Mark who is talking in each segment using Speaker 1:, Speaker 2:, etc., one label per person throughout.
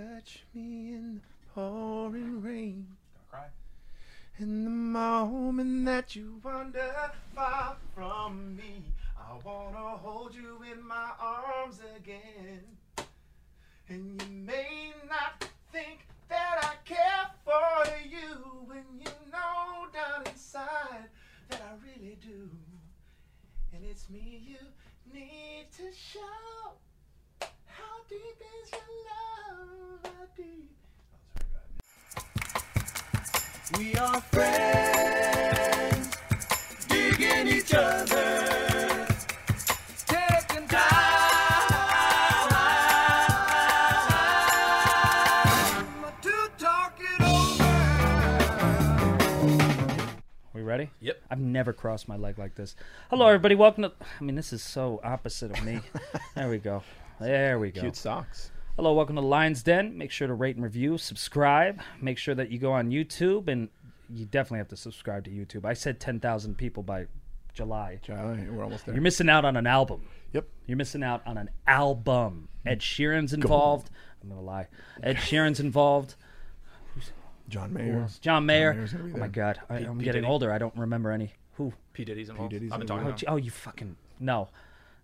Speaker 1: Catch me in the pouring rain.
Speaker 2: Gonna cry.
Speaker 1: In the moment that you wander far from me, I wanna hold you in my arms again. And you may not think that I care for you when you know down inside that I really do. And it's me you need to show. How deep is your love? How deep? Oh, sorry, God. We are friends, digging each other, taking time to talk it over.
Speaker 3: We ready?
Speaker 2: Yep.
Speaker 3: I've never crossed my leg like this. Hello, everybody. Welcome to. I mean, this is so opposite of me. there we go. There we go.
Speaker 1: Cute socks.
Speaker 3: Hello, welcome to Lion's Den. Make sure to rate and review, subscribe. Make sure that you go on YouTube, and you definitely have to subscribe to YouTube. I said 10,000 people by July.
Speaker 1: Charlie, we're almost
Speaker 3: You're
Speaker 1: there.
Speaker 3: missing out on an album.
Speaker 1: Yep.
Speaker 3: You're missing out on an album. Ed Sheeran's involved. I'm going to lie. Ed Sheeran's involved.
Speaker 1: John Mayer.
Speaker 3: John Mayer.
Speaker 1: Mayer's gonna be
Speaker 3: oh, my
Speaker 1: there.
Speaker 3: God. I, I'm
Speaker 2: P.
Speaker 3: getting
Speaker 2: Diddy.
Speaker 3: older. I don't remember any. Who?
Speaker 2: P Diddy's involved.
Speaker 1: Diddy's
Speaker 2: I've
Speaker 1: involved.
Speaker 2: been
Speaker 3: Oh,
Speaker 2: talking to him.
Speaker 3: gee- oh, you fucking no.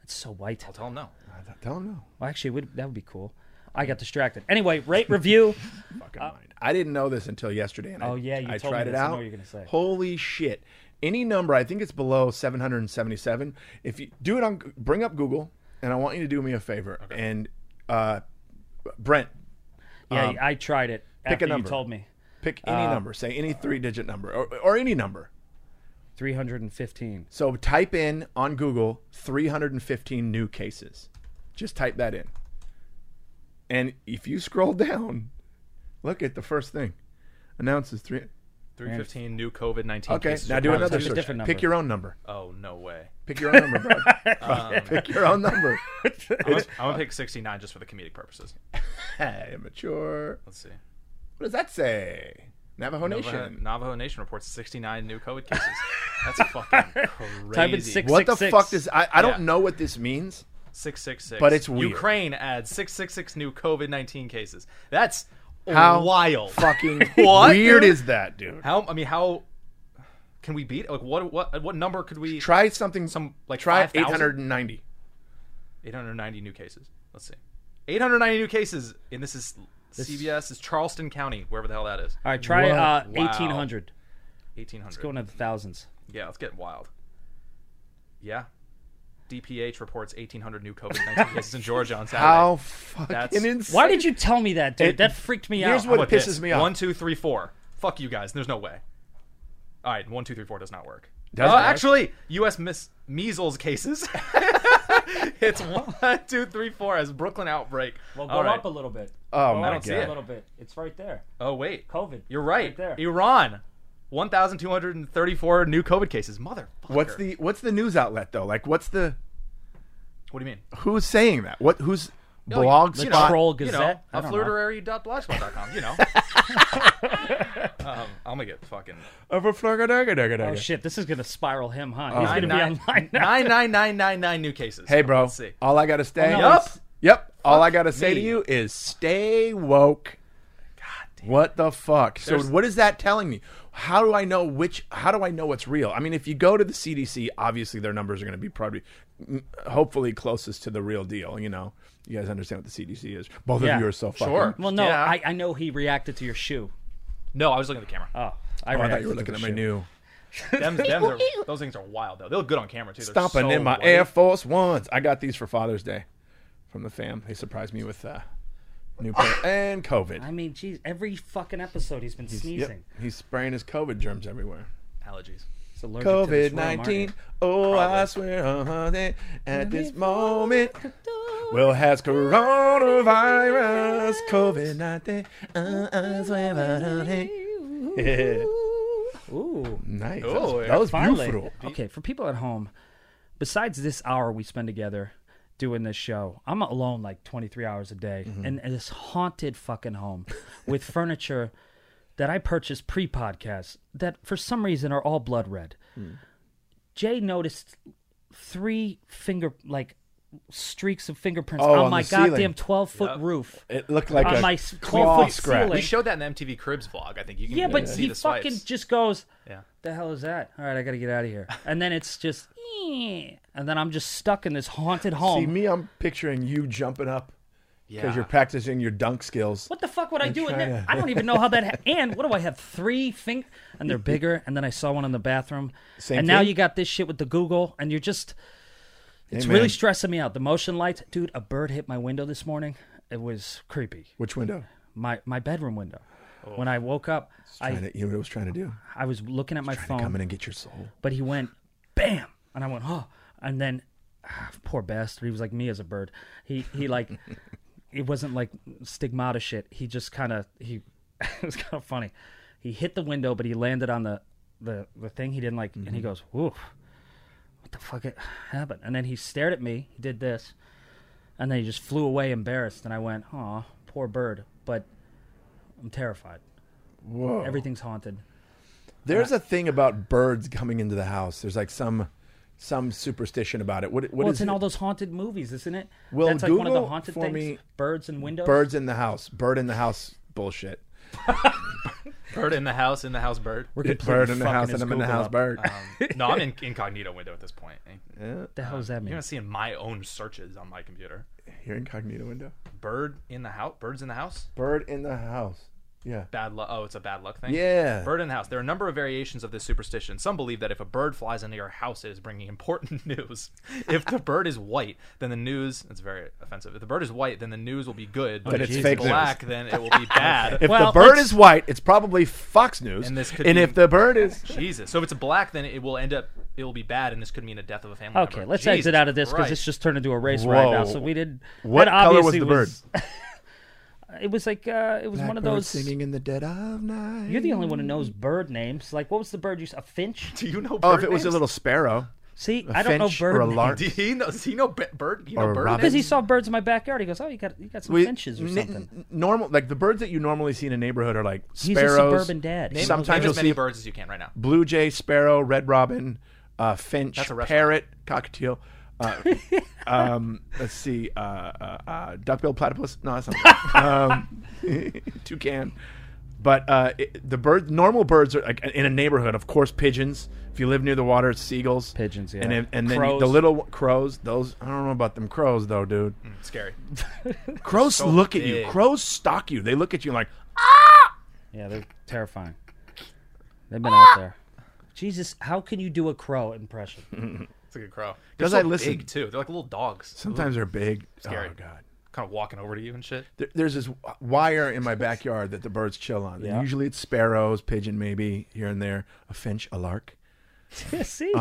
Speaker 3: It's so white.
Speaker 2: I'll tell him no.
Speaker 1: I don't- Tell him no.
Speaker 3: Well, actually, it would, that would be cool. I got distracted. Anyway, rate review.
Speaker 1: Fucking mind. I didn't know this until yesterday, and
Speaker 3: Uh, Oh,
Speaker 1: I,
Speaker 3: yeah, you
Speaker 1: I
Speaker 3: told me
Speaker 1: tried it
Speaker 3: this. I know
Speaker 1: out.
Speaker 3: what you're gonna say.
Speaker 1: Holy shit! Any number, I think it's below 777. If you do it on, bring up Google, and I want you to do me a favor. And uh, Brent,
Speaker 3: Yeah,
Speaker 1: Um,
Speaker 3: I tried it.
Speaker 1: a
Speaker 3: After
Speaker 1: number.
Speaker 3: You told me
Speaker 1: pick any
Speaker 3: Uh,
Speaker 1: number, say any three-digit number or, or any number.
Speaker 3: 315.
Speaker 1: So type in on Google 315 new cases. Just type that in. And if you scroll down, look at the first thing. Announces three.
Speaker 2: 315 new COVID 19
Speaker 1: Okay,
Speaker 2: cases.
Speaker 1: now do
Speaker 3: Wow,
Speaker 1: another
Speaker 3: it's a
Speaker 1: search.
Speaker 3: different number.
Speaker 1: Pick your own number.
Speaker 2: Oh, no way.
Speaker 1: Pick your own number, bro. Uh, Pick your own number.
Speaker 2: I'm gonna, I'm gonna pick 69 just for the comedic purposes.
Speaker 1: hey, immature.
Speaker 2: Let's see.
Speaker 1: What does that say? Navajo
Speaker 2: Navajo,
Speaker 1: Nation.
Speaker 2: Navajo Nation reports 69 new COVID cases. That's fucking crazy.
Speaker 3: Type in six-
Speaker 1: What the
Speaker 3: 666.
Speaker 1: fuck does I? I don't
Speaker 2: Yeah.
Speaker 1: know what this means.
Speaker 2: 666.
Speaker 1: But it's weird.
Speaker 2: Ukraine adds 666 new COVID 19 cases. That's
Speaker 1: How
Speaker 2: wild.
Speaker 1: Fucking
Speaker 2: What,
Speaker 1: weird
Speaker 2: dude?
Speaker 1: is that, dude?
Speaker 2: How, I mean, how can we beat? Like, what What? what number could we.
Speaker 1: Try something.
Speaker 2: Some, like,
Speaker 1: try
Speaker 2: 5,000?
Speaker 1: eight hundred and ninety.
Speaker 2: 890 new cases. Let's see. 890 new cases. And this is CBS, is Charleston County, wherever the hell that is.
Speaker 3: All right, try
Speaker 1: Whoa.
Speaker 3: uh,
Speaker 2: Wow.
Speaker 3: 1800.
Speaker 2: 1800.
Speaker 3: It's going to the thousands.
Speaker 2: Yeah, let's get wild. Yeah. DPH reports 1,800 new COVID 19 cases in Georgia on Saturday.
Speaker 1: How fucking
Speaker 2: That's-
Speaker 1: insane!
Speaker 3: Why did you tell me that, dude?
Speaker 1: It-
Speaker 3: that freaked me
Speaker 1: here's
Speaker 3: out.
Speaker 1: what
Speaker 3: I'm
Speaker 1: it
Speaker 3: like,
Speaker 1: pisses me off.
Speaker 2: One, two, three, four. Fuck you guys. There's no way. All right, one, two, three, four does not work.
Speaker 1: Doesn't
Speaker 2: Oh,
Speaker 1: work?
Speaker 2: actually, U.S. Mis- measles cases. it's one, two, three, four as Brooklyn outbreak.
Speaker 3: Well, go
Speaker 2: All right.
Speaker 3: up a little bit.
Speaker 1: Oh
Speaker 3: Go
Speaker 1: my
Speaker 3: up
Speaker 2: see it.
Speaker 3: a
Speaker 1: god!
Speaker 3: little bit. It's right there.
Speaker 2: Oh wait,
Speaker 3: COVID.
Speaker 2: you're right.
Speaker 3: Right there.
Speaker 2: Iran, 1,234 new COVID cases. Motherfucker.
Speaker 1: What's the what's the news outlet though? Like, what's the
Speaker 2: What do you mean?
Speaker 1: who's saying that? What who's
Speaker 2: you-
Speaker 1: blog
Speaker 2: you know,
Speaker 1: spot?
Speaker 3: Troll
Speaker 2: you know,
Speaker 3: Gazette? I don't know.
Speaker 2: aflirterary.blogspot.com, you know. um, I'm gonna get fucking
Speaker 1: of a
Speaker 3: Oh,
Speaker 1: flurgadagadaga.
Speaker 3: shit. This is going to spiral him,
Speaker 1: Uh,
Speaker 3: huh? He's going to
Speaker 2: nine
Speaker 3: be online
Speaker 2: nine
Speaker 3: now.
Speaker 2: nine nine nine nine nine new cases.
Speaker 1: Hey, bro.
Speaker 2: Let's see.
Speaker 1: All I gotta stay.
Speaker 3: no,
Speaker 1: Yup.
Speaker 3: it's-
Speaker 1: Yep. All I gotta say
Speaker 2: me.
Speaker 1: to you is stay woke.
Speaker 2: God damn.
Speaker 1: What the fuck? So
Speaker 2: There's-
Speaker 1: what is that telling me? How do I know which? How do I know what's real? I mean, if you go to the CDC, obviously their numbers are going to be probably, mm, hopefully closest to the real deal. You know, you guys understand what the CDC is. Both
Speaker 3: Yeah.
Speaker 1: of you are so fucking.
Speaker 2: Sure.
Speaker 3: Well, no,
Speaker 2: Yeah.
Speaker 3: I, I know he reacted to your shoe.
Speaker 2: No, I was looking at the camera.
Speaker 3: Oh,
Speaker 1: Oh, I
Speaker 3: reacted
Speaker 1: thought you were
Speaker 3: to
Speaker 1: looking
Speaker 3: the
Speaker 1: at my
Speaker 3: shoe.
Speaker 1: new
Speaker 2: Them's, them's are, those things are wild though. They look good on camera too. They're
Speaker 1: stomping
Speaker 2: so
Speaker 1: in my
Speaker 2: white.
Speaker 1: Air Force Ones. I got these for Father's Day from the fam. They surprised me with uh, new pair and COVID.
Speaker 3: I mean, geez, every fucking episode he's been
Speaker 1: Yep.
Speaker 3: sneezing.
Speaker 1: He's spraying his COVID germs everywhere.
Speaker 2: allergies.
Speaker 3: It's allergic to
Speaker 1: COVID
Speaker 3: this room, aren't you?
Speaker 1: 19. Oh, I swear, uh-huh, that at this moment, Will has coronavirus. COVID 19. Oh, I swear, uh-huh, that. Yeah.
Speaker 3: Ooh.
Speaker 1: Nice.
Speaker 2: Oh,
Speaker 1: that was, that was
Speaker 3: Finally.
Speaker 1: beautiful.
Speaker 3: Okay, for people at home, besides this hour we spend together doing this show, I'm alone like 23 hours a day
Speaker 1: Mm-hmm.
Speaker 3: in this haunted fucking home with furniture that I purchased pre podcast that for some reason are
Speaker 1: Hmm.
Speaker 3: all blood red. Jay noticed three finger, like streaks of fingerprints
Speaker 1: Oh,
Speaker 3: on,
Speaker 1: on
Speaker 3: my
Speaker 1: the ceiling.
Speaker 3: goddamn 12 foot
Speaker 2: Yep.
Speaker 3: roof.
Speaker 1: It looked like
Speaker 3: On
Speaker 1: a
Speaker 3: my s-
Speaker 1: claw
Speaker 3: claw
Speaker 1: scratch.
Speaker 2: We
Speaker 3: ceiling.
Speaker 2: showed that in the MTV Cribs vlog. I think you can
Speaker 3: Yeah, but
Speaker 2: see
Speaker 3: he
Speaker 2: the
Speaker 3: fucking
Speaker 2: swipes.
Speaker 3: just goes,
Speaker 2: Yeah.
Speaker 3: the hell is that? All right, I got to get out of here. And then it's just, "Eh." and then I'm just stuck in this haunted
Speaker 1: See
Speaker 3: home.
Speaker 1: me, I'm picturing you jumping up because
Speaker 2: Yeah.
Speaker 1: you're practicing your dunk skills.
Speaker 3: What the fuck would I do? And
Speaker 1: trying
Speaker 3: then,
Speaker 1: to-
Speaker 3: I don't even know how that. Ha- and what do I have? Three fingers, and they're bigger. And then I saw one in the bathroom.
Speaker 1: Same
Speaker 3: and now
Speaker 1: thing?
Speaker 3: you got this shit with the Google, and you're just. It's
Speaker 1: Hey,
Speaker 3: really
Speaker 1: man.
Speaker 3: stressing me out. The motion lights, dude. A bird hit my window this morning. It was creepy.
Speaker 1: Which window?
Speaker 3: My my bedroom window. When I woke up,
Speaker 1: Oh. Trying
Speaker 3: I Oh.
Speaker 1: to, you know what it was trying to do?
Speaker 3: I was looking at my
Speaker 1: Trying to come
Speaker 3: phone,
Speaker 1: in and get your soul.
Speaker 3: but he went bam, and I went oh, and then ah, poor bastard. He was like me as a bird. He he like it wasn't like stigmata shit. He just kind of he it was kind of funny. He hit the window, but he landed on the the the thing he didn't like, and he goes woof. What the fuck it happened? And then he stared at me. He did this, and then he just flew away embarrassed. And I went, "Aw, poor bird." But I'm terrified.
Speaker 1: Whoa.
Speaker 3: Everything's haunted.
Speaker 1: There's a thing about birds coming into the house. There's like some some superstition about it. What, what
Speaker 3: well,
Speaker 1: is
Speaker 3: it's in
Speaker 1: it?
Speaker 3: all those haunted movies, isn't it?
Speaker 1: Well,
Speaker 3: That's like one of the
Speaker 1: Google
Speaker 3: haunted
Speaker 1: for
Speaker 3: things.
Speaker 1: me-
Speaker 3: Birds and windows.
Speaker 1: birds in the house? Bird in the house bullshit.
Speaker 2: bird in the house, in the house bird.
Speaker 3: We're completely
Speaker 1: Bird in the
Speaker 3: fucking
Speaker 1: house and
Speaker 3: his
Speaker 1: I'm in the
Speaker 3: Google
Speaker 1: house
Speaker 3: up.
Speaker 1: bird.
Speaker 2: Um, no, I'm in incognito window at this point.
Speaker 3: What the hell does that mean?
Speaker 2: You're not seeing my own searches on my computer.
Speaker 1: You're incognito window.
Speaker 2: Bird in the house. Birds in the house.
Speaker 1: Bird in the house. Yeah.
Speaker 2: Bad luck. Oh, it's a bad luck thing.
Speaker 1: Yeah.
Speaker 2: Bird in the house. There are a number of variations of this superstition. Some believe that if a bird flies into your house, it is bringing important news. If the bird is white, then the news. It's very offensive. If the bird is white, then the news will be good. But
Speaker 1: But
Speaker 2: if
Speaker 1: it's
Speaker 2: it's
Speaker 1: fake news.
Speaker 2: black, then it will be bad.
Speaker 1: If
Speaker 3: Well,
Speaker 1: the bird
Speaker 3: let's-
Speaker 1: is white, it's probably Fox News.
Speaker 2: And
Speaker 1: And,
Speaker 2: this could be-
Speaker 1: if the bird is
Speaker 2: Jesus. So if it's black, then it will end up. It will be bad, and this could mean a death of a family.
Speaker 3: Okay,
Speaker 2: member.
Speaker 3: let's
Speaker 2: Jesus
Speaker 3: exit out of this because
Speaker 2: Christ.
Speaker 3: it's just turned into a race right now.
Speaker 1: Whoa.
Speaker 3: So we did.
Speaker 1: What
Speaker 3: that
Speaker 1: color was
Speaker 3: obviously
Speaker 1: the
Speaker 3: it was like uh, it was one of
Speaker 1: Blackbird
Speaker 3: those.
Speaker 1: singing in the dead of night.
Speaker 3: You're the only one who knows bird names. Like, what was the bird you? s- A finch?
Speaker 2: Do you know? Bird
Speaker 1: Oh, if it was a
Speaker 2: names?
Speaker 1: little sparrow
Speaker 3: See,
Speaker 1: A
Speaker 3: I don't know
Speaker 1: finch
Speaker 3: bird
Speaker 1: or a
Speaker 3: names.
Speaker 1: lark?
Speaker 2: Do he know? Does he know bi- bird? You know
Speaker 1: Or a
Speaker 2: bird
Speaker 1: robin?
Speaker 3: Because he
Speaker 2: names?
Speaker 3: saw birds in my backyard. He goes, "Oh, you got you got some finches or
Speaker 1: n-
Speaker 3: something."
Speaker 1: n- normal, like the birds that you normally see in a neighborhood are like
Speaker 3: He's a
Speaker 1: sparrows.
Speaker 3: suburban dad.
Speaker 2: Name,
Speaker 1: sometimes
Speaker 2: name
Speaker 1: you'll
Speaker 2: as many
Speaker 1: see-
Speaker 2: birds as you can right now.
Speaker 1: blue jay, sparrow, red robin, uh, finch,
Speaker 2: That's a restaurant.
Speaker 1: parrot, cockatiel. Uh, um, let's see, uh, uh, uh, duckbill platypus. No, that's not. um, toucan. But uh, it, the bird, normal birds are like in a neighborhood. Of course, pigeons. If you live near the water, it's seagulls.
Speaker 3: Pigeons, yeah.
Speaker 1: And, if- and then
Speaker 3: Crows.
Speaker 1: the little one- crows. Those I don't know about them crows though, dude.
Speaker 2: Scary.
Speaker 1: Crows look at
Speaker 2: Mm. big.
Speaker 1: you. Crows stalk you. They look at you like
Speaker 3: Yeah, they're terrifying. They've been
Speaker 1: Ah!
Speaker 3: out there. Jesus, how can you do a crow impression?
Speaker 2: It's a good crow.
Speaker 1: Does
Speaker 2: they're
Speaker 1: I
Speaker 2: so
Speaker 1: listen-
Speaker 2: Big too. They're like little dogs.
Speaker 1: sometimes they're big.
Speaker 2: Scary.
Speaker 1: Oh god.
Speaker 2: kind of walking over to you and shit.
Speaker 1: there, there's this w- wire in my backyard that the birds chill on.
Speaker 3: Yeah.
Speaker 1: Usually it's sparrows, pigeon, maybe here and there, a finch, a lark,
Speaker 3: See,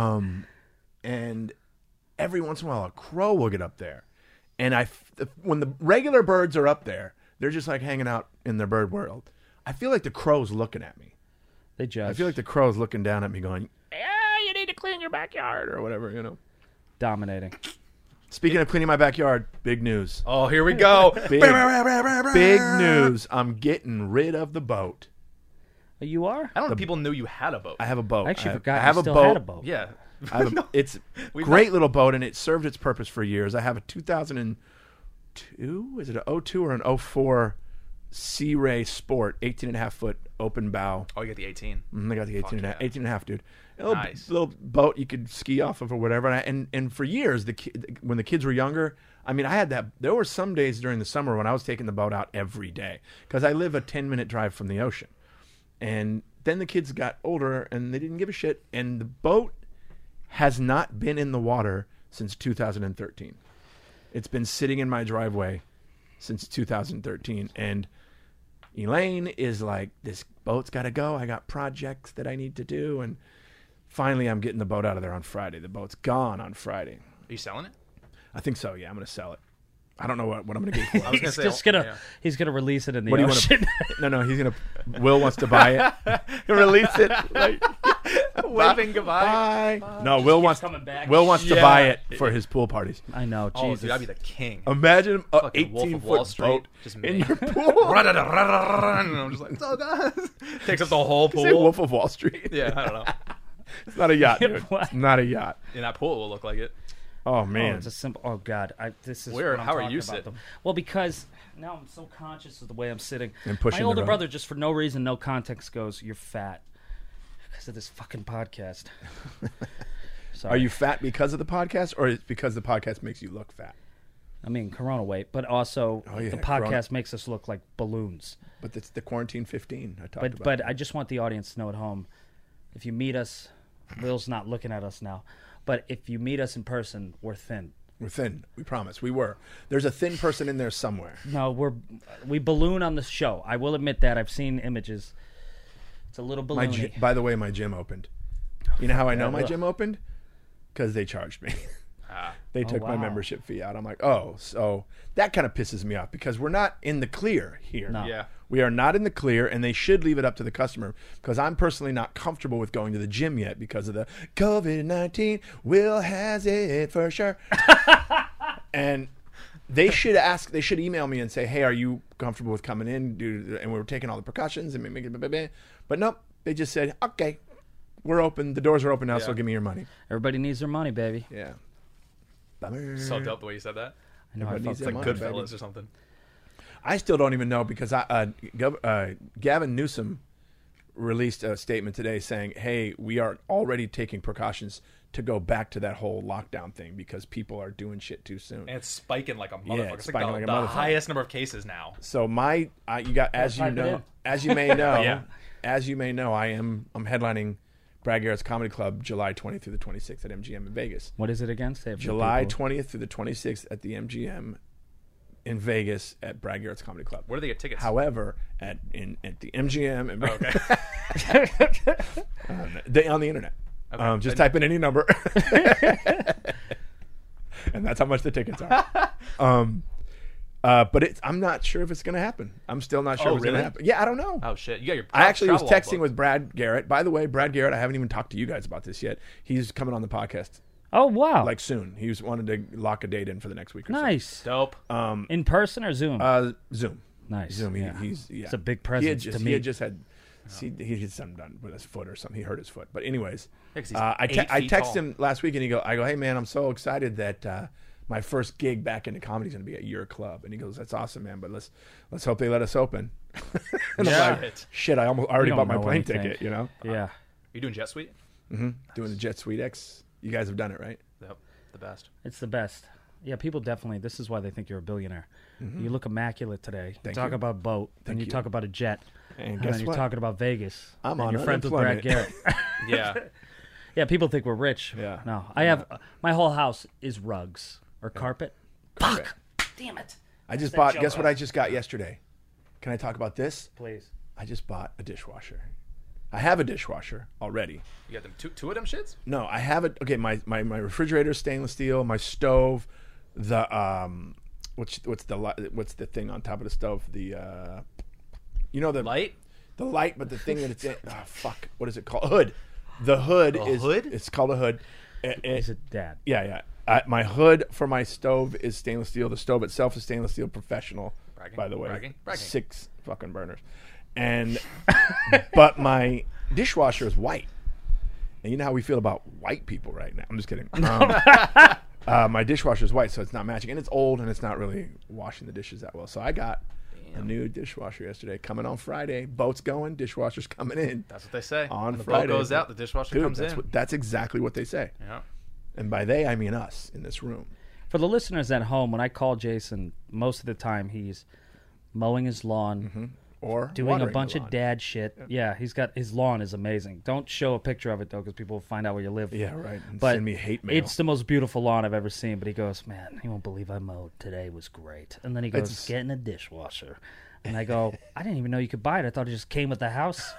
Speaker 1: and every once in a while a crow will get up there. And I, f- the- when the regular birds are up there, they're just like hanging out in their bird world. I feel like the crow's looking at me.
Speaker 3: they judge.
Speaker 1: I feel like the crow's looking down at me, going, "Yeah, you need to clean your backyard or whatever." You know.
Speaker 3: dominating.
Speaker 1: Speaking of cleaning my backyard, big news.
Speaker 2: Oh, here we go.
Speaker 1: Big, big news. I'm getting rid of the boat.
Speaker 3: You are.
Speaker 2: I don't know if people knew you had a boat.
Speaker 1: I have a boat.
Speaker 3: I actually
Speaker 1: I,
Speaker 3: forgot.
Speaker 1: I have
Speaker 3: you
Speaker 1: a
Speaker 3: still
Speaker 1: boat.
Speaker 3: Had a boat.
Speaker 2: yeah.
Speaker 1: I have a, It's
Speaker 2: We've
Speaker 1: great little boat, and it served its purpose for years. I have a 2002, is it an 02 or an 04 Sea Ray Sport, 18 and a half foot open bow.
Speaker 2: Oh, you got the 18.
Speaker 1: Mm, I got the 18 and, a,
Speaker 2: yeah.
Speaker 1: 18 and a half, dude. A little,
Speaker 2: Nice.
Speaker 1: little boat you could ski off of or whatever. And, I, and and for years, the ki- when the kids were younger, I mean, I had that. There were some days during the summer when I was taking the boat out every day because I live a 10 minute drive from the ocean. And then the kids got older and they didn't give a shit. And the boat has not been in the water since 2013. It's been sitting in my driveway since 2013. And Elaine is like, this boat's got to go. I got projects that I need to do. And finally, I'm getting the boat out of there on Friday. The boat's gone on Friday.
Speaker 2: Are you selling it?
Speaker 1: I think so. Yeah, I'm going to sell it. I don't know what, what I'm going to get for it.
Speaker 2: I was gonna
Speaker 3: He's
Speaker 2: say,
Speaker 3: just gonna.
Speaker 2: yeah.
Speaker 3: He's gonna release it in the
Speaker 1: What do you
Speaker 2: Oh,
Speaker 1: want
Speaker 3: ocean.
Speaker 1: to? No, no, he's gonna. Will wants to buy it. He'll release it. Like,
Speaker 2: Waving goodbye.
Speaker 1: bye.
Speaker 2: uh,
Speaker 1: No, Will wants.
Speaker 3: coming back.
Speaker 1: Will wants to
Speaker 2: Yeah.
Speaker 1: buy it for his pool parties.
Speaker 3: I know.
Speaker 2: Oh,
Speaker 3: Jesus.
Speaker 2: dude, I'd be the king.
Speaker 1: Um, Imagine a
Speaker 2: Fucking Wolf
Speaker 1: 18
Speaker 2: of Wall
Speaker 1: foot
Speaker 2: Street,
Speaker 1: boat
Speaker 2: just
Speaker 1: in
Speaker 2: made.
Speaker 1: your pool.
Speaker 2: and I'm just like, oh god, takes up the whole
Speaker 1: Say
Speaker 2: pool.
Speaker 1: Wolf of Wall Street.
Speaker 2: Yeah, I don't know.
Speaker 1: It's not a yacht, dude.
Speaker 3: What?
Speaker 1: It's not a yacht.
Speaker 2: In that pool, it will look like it.
Speaker 1: Oh
Speaker 3: Oh,
Speaker 1: man,
Speaker 3: it's a simple. Oh God, I, this is
Speaker 2: Where-
Speaker 3: what I'm
Speaker 2: how are
Speaker 3: talking
Speaker 2: you
Speaker 3: about,
Speaker 2: sitting?
Speaker 3: though. Well, because now I'm so conscious of the way I'm sitting.
Speaker 1: And pushing
Speaker 3: My
Speaker 1: the
Speaker 3: older
Speaker 1: road.
Speaker 3: brother, just for no reason, no context, goes, "You're fat," because of this fucking podcast. Sorry.
Speaker 1: are you fat because of the podcast, or it's because the podcast makes you look fat?
Speaker 3: I mean, Corona weight, but also
Speaker 1: Oh, yeah,
Speaker 3: the podcast
Speaker 1: Corona.
Speaker 3: makes us look like balloons.
Speaker 1: But it's the quarantine fifteen I talked
Speaker 3: But
Speaker 1: about.
Speaker 3: but I just want the audience to know at home, if you meet us, Will's not looking at us now, but if you meet us in person, we're thin.
Speaker 1: we're thin. We promise. We were. There's a thin person in there somewhere.
Speaker 3: No, we're we balloon on the show. I will admit that I've seen images. It's a little
Speaker 1: My
Speaker 3: balloon.
Speaker 1: gy- by the way, my gym opened. You know how I know my
Speaker 3: ugh.
Speaker 1: gym opened? Because they charged me.
Speaker 2: Ah,
Speaker 1: they took my
Speaker 3: Oh, wow.
Speaker 1: membership fee out. I'm like, oh, so that kind of pisses me off because we're not in the clear here.
Speaker 3: No.
Speaker 2: Yeah.
Speaker 1: We are not in the clear, and they should leave it up to the customer because I'm personally not comfortable with going to the gym yet because of the COVID 19. Will has it for sure. and they should ask, they should email me and say, hey, are you comfortable with coming in? Dude, and we were taking all the precautions and making blah, blah, blah. But nope, they just said, okay, we're open. The doors are open now, so
Speaker 2: Yeah.
Speaker 1: give me your money.
Speaker 3: Everybody needs their money, baby.
Speaker 1: Yeah. Bummer.
Speaker 2: So dope the way you said that.
Speaker 3: I know I
Speaker 1: Everybody
Speaker 3: felt
Speaker 1: needs
Speaker 3: like
Speaker 1: their money.
Speaker 2: Good
Speaker 1: baby.
Speaker 2: fellas or something.
Speaker 1: I still don't even know because I, uh, Gov- uh, Gavin Newsom released a statement today saying, "Hey, we are already taking precautions to go back to that whole lockdown thing because people are doing shit too soon."
Speaker 2: And it's spiking like a motherfucker.
Speaker 1: Yeah,
Speaker 2: it's
Speaker 1: it's
Speaker 2: like the,
Speaker 1: spiking like a
Speaker 2: the
Speaker 1: motherfucker.
Speaker 2: highest number of cases now.
Speaker 1: so my, I, you got as you
Speaker 3: type it in.
Speaker 1: know, as you may know,
Speaker 2: Yeah.
Speaker 1: as you may know, I am I'm headlining Brad Garrett's Comedy Club July 20th through the 26th at MGM in Vegas.
Speaker 3: What is it again? Say it for the
Speaker 1: July
Speaker 3: people.
Speaker 1: 20th through the 26th at the MGM in Vegas at Brad Garrett's Comedy Club.
Speaker 2: Where do they get tickets?
Speaker 1: However, at in at the MGM and Um, they on the internet. Um, just type in any number, and that's how much the tickets are. um, uh, but it's, I'm not sure if it's going to happen. I'm still not sure
Speaker 2: Oh,
Speaker 1: if it's going
Speaker 2: really?
Speaker 1: to happen. Yeah, I don't know.
Speaker 2: Oh shit! You got your.
Speaker 1: I actually was
Speaker 2: travel log
Speaker 1: texting
Speaker 2: book.
Speaker 1: with Brad Garrett. By the way, Brad Garrett, I haven't even talked to you guys about this yet. He's coming on the podcast
Speaker 3: Oh wow!
Speaker 1: like soon. He was wanted to lock a date in for the next week or so.
Speaker 3: nice.
Speaker 2: dope.
Speaker 1: Um,
Speaker 3: In person or Zoom?
Speaker 1: Uh, Zoom.
Speaker 3: nice.
Speaker 1: Zoom. He,
Speaker 3: yeah.
Speaker 1: He's yeah.
Speaker 3: It's a big
Speaker 1: He
Speaker 3: presence
Speaker 1: had just,
Speaker 3: to
Speaker 1: He
Speaker 3: me.
Speaker 1: had just had. see, he had something done with his foot or something. He hurt his foot. But anyways,
Speaker 2: Yeah, 'cause he's
Speaker 1: uh, I
Speaker 2: eight
Speaker 1: te- I
Speaker 2: feet
Speaker 1: texted
Speaker 2: tall.
Speaker 1: him last week and he go. I go, hey man, I'm so excited that uh, my first gig back into comedy is going to be at your club. And he goes, that's awesome, man. But let's let's hope they let us open. and
Speaker 2: Yeah.
Speaker 1: I'm like, shit, I almost I already
Speaker 3: don't
Speaker 1: bought my
Speaker 3: know
Speaker 1: plane
Speaker 3: anything.
Speaker 1: ticket. You know,
Speaker 3: yeah.
Speaker 2: you doing jet suite?
Speaker 1: doing the Jet Suite X. You guys have done it, right?
Speaker 2: Yep. The best.
Speaker 3: It's the best. Yeah, people definitely. This is why they think you're a billionaire. You look immaculate today. you
Speaker 1: Mm-hmm. Thank
Speaker 3: talk
Speaker 1: you.
Speaker 3: about boat, then you,
Speaker 1: you.
Speaker 3: talk about a jet,
Speaker 1: And
Speaker 3: then
Speaker 1: guess
Speaker 3: you're
Speaker 1: what?
Speaker 3: talking about Vegas.
Speaker 1: I'm
Speaker 3: and
Speaker 1: on
Speaker 3: you're friends with Brad Garrett.
Speaker 1: unemployment.
Speaker 2: Yeah.
Speaker 3: yeah, people think we're rich.
Speaker 1: Yeah.
Speaker 3: No, I have my whole house is rugs or carpet. Fuck. Damn it.
Speaker 1: I just
Speaker 3: That
Speaker 1: bought.
Speaker 3: joke.
Speaker 1: Guess what I just got yesterday? Can I talk about this?
Speaker 3: Please.
Speaker 1: I just bought a dishwasher. I have a dishwasher already.
Speaker 2: you got them two two of them shits.
Speaker 1: No, I have it. Okay, my my my refrigerator is stainless steel. My stove, the um, what's what's the li- what's the thing on top of the stove? The uh, you know the
Speaker 2: Light.
Speaker 1: the light, but the thing that it's in. Oh, fuck, what is it called? Hood. The hood
Speaker 2: A
Speaker 1: is
Speaker 2: hood?
Speaker 1: It's called a hood. It- it-
Speaker 3: Is it dad?
Speaker 1: yeah, yeah. I, my hood for my stove is stainless steel. The stove itself is stainless steel. Professional,
Speaker 2: Bragging,
Speaker 1: by the way,
Speaker 2: bragging, bragging.
Speaker 1: six fucking burners, and but my dishwasher is white. And you know how we feel about white people right now. I'm just kidding. Um, uh, my dishwasher is white, so it's not matching, and it's old, and it's not really washing the dishes that well. So I got a new dishwasher yesterday, coming on Friday. Boat's going, dishwasher's coming in.
Speaker 2: That's what they say.
Speaker 1: On
Speaker 2: When the
Speaker 1: Friday.
Speaker 2: boat goes out, the dishwasher
Speaker 1: Dude,
Speaker 2: comes
Speaker 1: that's
Speaker 2: in.
Speaker 1: what- that's exactly what they say.
Speaker 2: yeah.
Speaker 1: And by they, I mean us in this room.
Speaker 3: For the listeners at home, when I call Jason, most of the time he's mowing his lawn.
Speaker 1: or
Speaker 3: Doing a
Speaker 1: Mm-hmm. watering the
Speaker 3: bunch of
Speaker 1: lawn.
Speaker 3: dad shit. Yeah, he's got his lawn is amazing. Don't show a picture of it though, because people will find out where you live.
Speaker 1: Yeah, right. And
Speaker 3: But
Speaker 1: send me hate mail.
Speaker 3: It's the most beautiful lawn I've ever seen. But he goes, man, you won't believe I mowed today. Was great. And then he goes,
Speaker 1: It's-
Speaker 3: getting a dishwasher. And I go, I didn't even know you could buy it. I thought it just came with the house.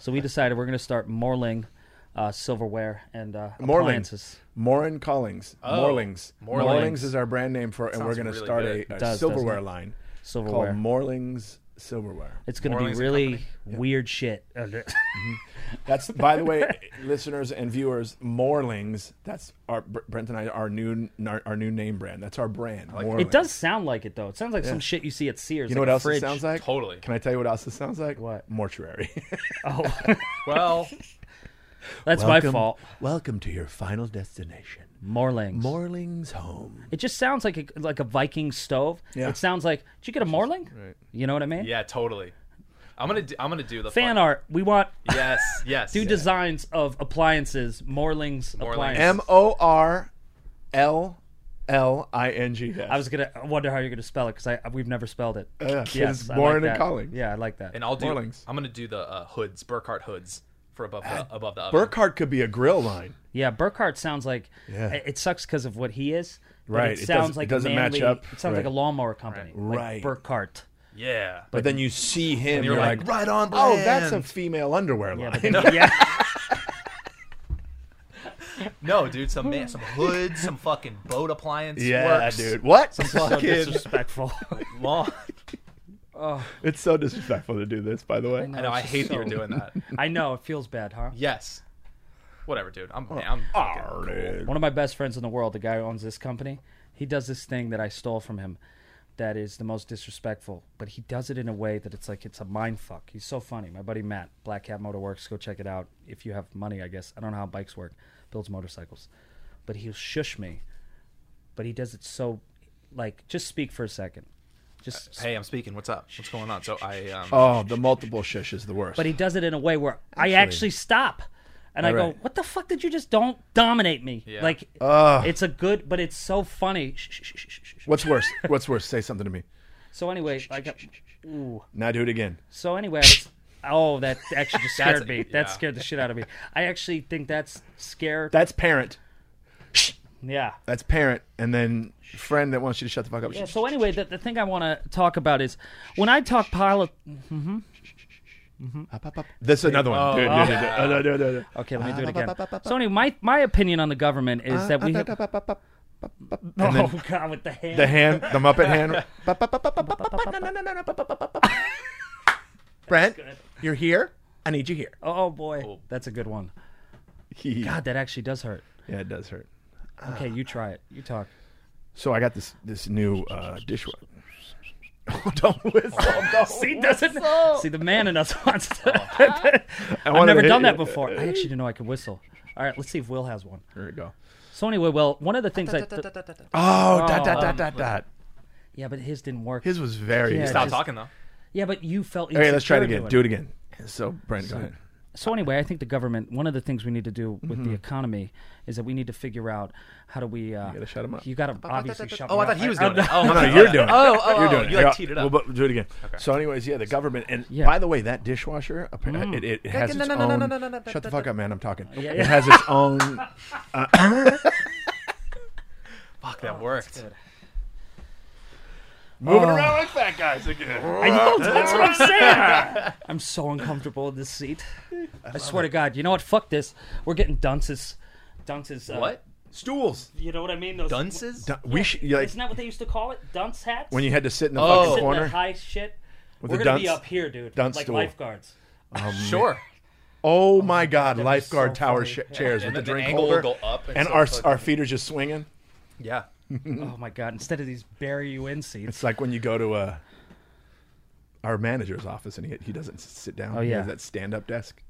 Speaker 3: so we decided we're going to start Morling uh, silverware and uh, appliances.
Speaker 1: Morin Collings. Morlings.
Speaker 2: Oh, Morlings.
Speaker 1: Morlings is our brand name for, and we're going to
Speaker 2: really
Speaker 1: start
Speaker 2: good.
Speaker 1: a, a
Speaker 3: does,
Speaker 1: silverware
Speaker 3: doesn't it?
Speaker 1: line
Speaker 3: Silverware.
Speaker 1: called Morlings Silverware.
Speaker 3: It's going to be
Speaker 2: Morling's a
Speaker 3: really
Speaker 2: company?
Speaker 3: weird shit.
Speaker 1: That's by the way, listeners and viewers, Morlings. That's our Br- Brent and I our new our, our new name brand. That's our brand. Morlings.
Speaker 3: it does sound like it though. It sounds like some shit you see at Sears.
Speaker 1: You know
Speaker 3: like
Speaker 1: what
Speaker 3: a
Speaker 1: else
Speaker 3: fridge.
Speaker 1: it sounds like?
Speaker 2: Totally.
Speaker 1: Can I tell you what else it sounds like?
Speaker 3: What?
Speaker 1: Mortuary.
Speaker 3: Oh,
Speaker 2: Well,
Speaker 3: that's my fault.
Speaker 1: Welcome to your final destination.
Speaker 3: Morlings.
Speaker 1: Morling's home.
Speaker 3: it just sounds like a, like a Viking stove.
Speaker 1: Yeah.
Speaker 3: It sounds like. Did you get a Morling?
Speaker 1: right.
Speaker 3: You know what I mean?
Speaker 2: Yeah, totally. I'm gonna do, I'm gonna do the
Speaker 3: Fan
Speaker 2: fuck-
Speaker 3: art. We want
Speaker 2: Yes, yes.
Speaker 3: do designs of appliances. Morlings. Appliances.
Speaker 1: M O R L L I N G S.
Speaker 3: I was gonna I wonder how you're gonna spell it because I we've never spelled it.
Speaker 1: yeah, 'cause
Speaker 3: yes,
Speaker 1: it's
Speaker 3: I
Speaker 1: Warren
Speaker 3: like
Speaker 1: and
Speaker 3: that.
Speaker 1: Colling.
Speaker 3: Yeah, I like that.
Speaker 2: and I'll do.
Speaker 1: Morlings.
Speaker 2: I'm gonna do the uh, hoods, Burkhart hoods for above the above the oven.
Speaker 1: Burkhart could be a grill line.
Speaker 3: yeah, Burkhart sounds like
Speaker 1: Yeah.
Speaker 3: it, it sucks because of what he is. but
Speaker 1: Right, it
Speaker 3: It
Speaker 1: doesn't-
Speaker 3: sounds
Speaker 1: it
Speaker 3: like
Speaker 1: doesn't
Speaker 3: a
Speaker 1: match
Speaker 3: manly,
Speaker 1: up.
Speaker 3: It sounds like a
Speaker 1: Right.
Speaker 3: lawnmower company.
Speaker 1: Right.
Speaker 3: Like Burkhart.
Speaker 2: Yeah.
Speaker 1: But then you see him,
Speaker 2: you're like, right on
Speaker 1: Oh, that's a
Speaker 2: brand."
Speaker 1: female underwear
Speaker 3: Yeah,
Speaker 1: line.
Speaker 3: but then- yeah.
Speaker 2: No, dude, some man, some hoods, some fucking boat appliance.
Speaker 1: Yeah,
Speaker 2: works,
Speaker 1: dude. What?
Speaker 3: so
Speaker 1: Fucking,
Speaker 3: disrespectful.
Speaker 2: Long.
Speaker 1: it's so disrespectful to do this, by the way.
Speaker 2: I know. I
Speaker 3: It's
Speaker 2: hate
Speaker 3: just
Speaker 2: that you're
Speaker 3: so-
Speaker 2: doing that.
Speaker 3: I know it feels bad, huh?
Speaker 2: Yes. Whatever, dude.
Speaker 1: Oh.
Speaker 2: I'm. I'm fucking cool.
Speaker 1: Arnie.
Speaker 3: One of my best friends in the world, the guy who owns this company, he does this thing that I stole from him that is the most disrespectful, but he does it in a way that it's like it's a mind fuck. He's so funny. My buddy Matt, Black Cat Motor Works, go check it out if you have money, I guess. I don't know how bikes work, builds motorcycles. But he'll shush me, but he does it so, like, just speak for a second. Just,
Speaker 2: Hey, I'm speaking. What's up? What's going on? So I. Um,
Speaker 1: Oh, the multiple shush is the worst.
Speaker 3: but he does it in a way where I actually stop. And I go,
Speaker 1: Alright.
Speaker 3: what the fuck did you just don't dominate me?
Speaker 2: Yeah.
Speaker 3: Like, it's a good, but it's so funny. Shh, shh, shh, shh, shh, shh.
Speaker 1: What's worse? What's worse? Say something to me.
Speaker 3: So anyway, I got. Ooh.
Speaker 1: Now do it again.
Speaker 3: So anyway, I was, oh, that actually just
Speaker 2: That's-
Speaker 3: scared me. That
Speaker 2: yeah.
Speaker 3: scared the shit out of me. I actually think that's scared.
Speaker 1: That's parent.
Speaker 3: yeah.
Speaker 1: That's parent. And then friend that wants you to shut the fuck up.
Speaker 3: Yeah. So anyway, the, the thing I want to talk about is when I talk pilot.
Speaker 1: Up, up, up. This is another one. Dude, dude, dude, dude. Uh, no, no, no, no.
Speaker 3: Okay, let me do it
Speaker 1: Ah,
Speaker 3: again.
Speaker 1: ba, ba, ba, ba, ba.
Speaker 3: So anyway, my my opinion on the government is that we.
Speaker 1: Up,
Speaker 3: Have,
Speaker 1: up, up, up, up, up, up.
Speaker 3: oh
Speaker 1: And then
Speaker 3: God, with the hand.
Speaker 1: uh, the hand, the Muppet hand. Up, up, up, up, up, up, up, up, no, no, no, no, up, up, up, up, up. Brent, you're here. I need you here.
Speaker 3: oh boy, that's a good one. God, that actually does hurt.
Speaker 1: Yeah, it does hurt.
Speaker 3: Okay, you try it. You talk.
Speaker 1: So I got this this new uh, dishwasher. Oh, don't whistle. don't
Speaker 3: See, doesn't see the man in us wants to.
Speaker 1: I
Speaker 3: I've
Speaker 1: wanted to
Speaker 3: never
Speaker 1: hit
Speaker 3: done that
Speaker 1: you.
Speaker 3: before. I actually didn't know I could whistle. All right, let's see if Will has one.
Speaker 1: There we go.
Speaker 3: So anyway, well, one of the things I
Speaker 1: Oh, dot dot dot dot dot.
Speaker 3: yeah, but his didn't work.
Speaker 1: His was very.
Speaker 3: Yeah,
Speaker 2: Stop
Speaker 3: just-
Speaker 2: talking though.
Speaker 3: yeah, but you felt.
Speaker 1: okay, let's try it
Speaker 3: insecure
Speaker 1: again.
Speaker 3: doing
Speaker 1: Do it again. So, Brent, go ahead.
Speaker 3: So anyway, I think the government. One of the things we need to do with
Speaker 1: Mm-hmm.
Speaker 3: the economy is that we need to figure out how do we. Uh, you
Speaker 1: gotta shut him up.
Speaker 3: You gotta obviously shut.
Speaker 2: Oh,
Speaker 3: me
Speaker 2: I thought
Speaker 3: up.
Speaker 2: he was doing it. Oh,
Speaker 1: No, no,
Speaker 2: my bad.
Speaker 1: you're doing it.
Speaker 2: Oh, oh,
Speaker 1: you're
Speaker 2: oh,
Speaker 1: doing it.
Speaker 2: you like
Speaker 1: Yeah,
Speaker 2: teed it up.
Speaker 1: We'll bo- do it again. So, anyways, yeah, the government. And
Speaker 3: Yeah. Mm.
Speaker 1: by the way, that dishwasher, appa- it, it, it has
Speaker 4: no,
Speaker 1: its
Speaker 4: no, no, no,
Speaker 1: own.
Speaker 4: no, no, no, no,
Speaker 1: Shut the fuck up, man. I'm talking.
Speaker 3: Yeah, yeah.
Speaker 1: It has its own.
Speaker 2: Fuck, that worked.
Speaker 1: Moving around like fat guys again.
Speaker 3: I know that's what I'm saying. I'm so uncomfortable in this seat. I, swear to God. You know what? Fuck this. We're getting dunces. Dunces. Uh,
Speaker 2: What?
Speaker 1: Stools.
Speaker 3: You know what I mean? Those
Speaker 2: Dunces?
Speaker 1: Du- We should, you like,
Speaker 3: Isn't that what they used to call it? Dunce hats.
Speaker 1: when you had to sit in the
Speaker 2: Oh.
Speaker 1: fucking
Speaker 3: sit in
Speaker 1: corner.
Speaker 3: that high shit.
Speaker 1: With
Speaker 3: We're
Speaker 1: the
Speaker 3: gonna be
Speaker 1: dunce-
Speaker 3: up here, dude.
Speaker 1: dunce
Speaker 3: like
Speaker 1: stool.
Speaker 3: lifeguards.
Speaker 2: Sure.
Speaker 1: Oh my God!
Speaker 3: that'd be
Speaker 1: Lifeguard
Speaker 3: so
Speaker 1: tower
Speaker 3: funny.
Speaker 1: sh- chairs
Speaker 2: And
Speaker 1: with the,
Speaker 2: then the
Speaker 1: drink
Speaker 2: angle
Speaker 1: holder,
Speaker 2: will go up and
Speaker 1: and
Speaker 2: so
Speaker 1: our
Speaker 2: fucking-
Speaker 1: our feet are just swinging.
Speaker 2: Yeah.
Speaker 3: Oh my god! Instead of these bury you in seats.
Speaker 1: Mm. It's like when you go to uh our manager's office and he he doesn't s- sit down.
Speaker 3: Oh,
Speaker 1: he
Speaker 3: yeah.
Speaker 1: has that stand up desk.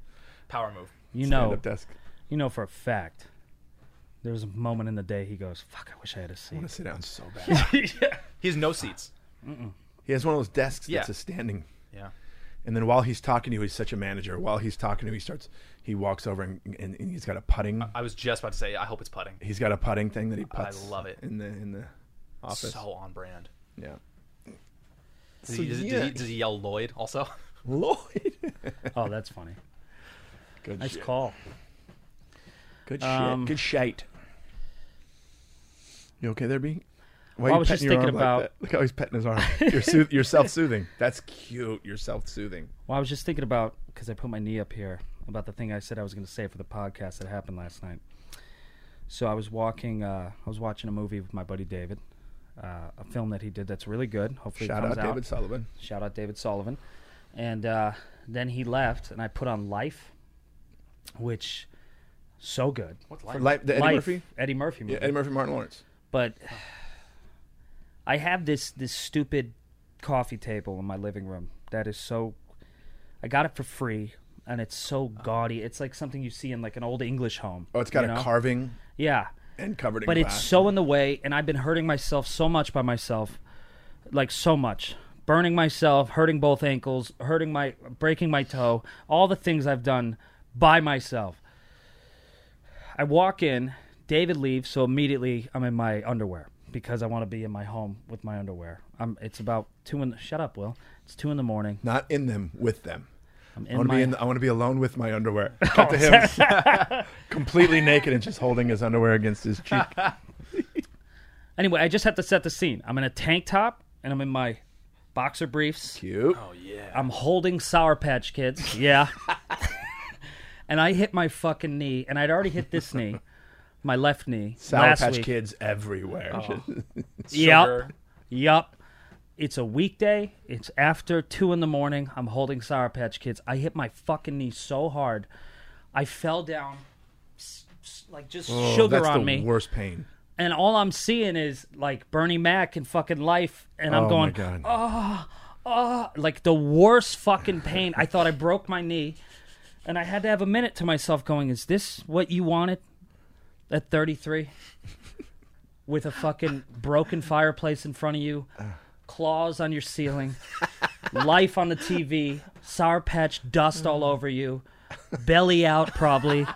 Speaker 2: Power move.
Speaker 3: You
Speaker 1: Stand
Speaker 3: know,
Speaker 1: up desk.
Speaker 3: you know for a fact. There was a moment in the day he goes, "Fuck, I wish I had a
Speaker 1: I
Speaker 3: seat."
Speaker 1: want to sit down so bad.
Speaker 2: He has no seats.
Speaker 1: he has one of those desks
Speaker 2: Yeah.
Speaker 1: that's a standing.
Speaker 2: Yeah.
Speaker 1: And then while he's talking to you, he's such a manager. While he's talking to you, he starts. He walks over and, and, and he's got a putting.
Speaker 2: I was just about to say. I hope it's putting.
Speaker 1: He's got a putting thing that he
Speaker 2: I
Speaker 1: puts.
Speaker 2: love it.
Speaker 1: in the in the office.
Speaker 2: So on brand.
Speaker 1: yeah,
Speaker 2: Does,
Speaker 1: So,
Speaker 2: he, does, he-
Speaker 1: yeah.
Speaker 2: does he, does he yell Lloyd also?
Speaker 1: Lloyd.
Speaker 3: Oh, that's funny.
Speaker 1: Good
Speaker 3: Nice
Speaker 1: shit.
Speaker 3: call.
Speaker 1: Good
Speaker 3: Um,
Speaker 1: shit. Good shite. You okay there, B? Why
Speaker 3: Well, I was just
Speaker 1: your
Speaker 3: thinking
Speaker 1: arm like
Speaker 3: about-
Speaker 1: that? Look how he's petting his arm. You're, sooth- you're self-soothing. That's cute. You're self-soothing.
Speaker 3: Well, I was just thinking about because I put my knee up here about the thing I said I was going to say for the podcast that happened last night. So I was walking. Uh, I was watching a movie with my buddy David, uh, a film that he did that's really good. Hopefully, it
Speaker 1: Shout
Speaker 3: comes
Speaker 1: out David Sullivan.
Speaker 3: Shout out David Sullivan. And uh, then he left, and I put on Life, which so good.
Speaker 2: What's
Speaker 1: For
Speaker 2: life?
Speaker 1: life, the Eddie
Speaker 3: Life,
Speaker 1: Murphy.
Speaker 3: Eddie Murphy movie.
Speaker 1: Yeah, Eddie Murphy, Martin Lawrence.
Speaker 3: But I have this this stupid coffee table in my living room that is so. I got it for free, and it's so gaudy. It's like something you see in like an old English home.
Speaker 1: Oh, it's got
Speaker 3: you
Speaker 1: a
Speaker 3: know?
Speaker 1: carving.
Speaker 3: Yeah.
Speaker 1: and covered in
Speaker 3: but
Speaker 1: glass.
Speaker 3: it's so in the way and i've been hurting myself so much by myself like so much burning myself hurting both ankles hurting my breaking my toe all the things i've done by myself i walk in david leaves so immediately i'm in my underwear because i want to be in my home with my underwear I'm, it's about two in the, shut up will it's two in the morning
Speaker 1: not in them with them.
Speaker 3: i'm
Speaker 1: I
Speaker 3: in
Speaker 1: want to
Speaker 3: my
Speaker 1: be in. I want to be alone with my underwear. Cut to him, completely naked and just holding his underwear against his cheek.
Speaker 3: anyway i just have to set the scene i'm in a tank top and i'm in my boxer briefs
Speaker 1: Cute.
Speaker 3: I'm holding Sour Patch Kids. Yeah. and I hit my fucking knee, and I'd already hit this knee, my left knee.
Speaker 1: Sour
Speaker 3: last
Speaker 1: Patch
Speaker 3: week. Oh.
Speaker 1: Kids everywhere.
Speaker 3: Yup. Yup. It's a weekday. It's after two in the morning. I'm holding Sour Patch Kids. I hit my fucking knee so hard, I fell down, s- s- like just
Speaker 1: Oh,
Speaker 3: sugar
Speaker 1: that's
Speaker 3: on
Speaker 1: the
Speaker 3: me
Speaker 1: Worst pain.
Speaker 3: and all I'm seeing is like Bernie Mac and fucking life, and I'm
Speaker 1: oh
Speaker 3: going,
Speaker 1: my god.
Speaker 3: "Ah," like the worst fucking pain. I thought I broke my knee, and I had to have a minute to myself, going, "Is this what you wanted at 33, with a fucking broken fireplace in front of you, claws on your ceiling, life on the TV, sour patch dust all over you, belly out probably."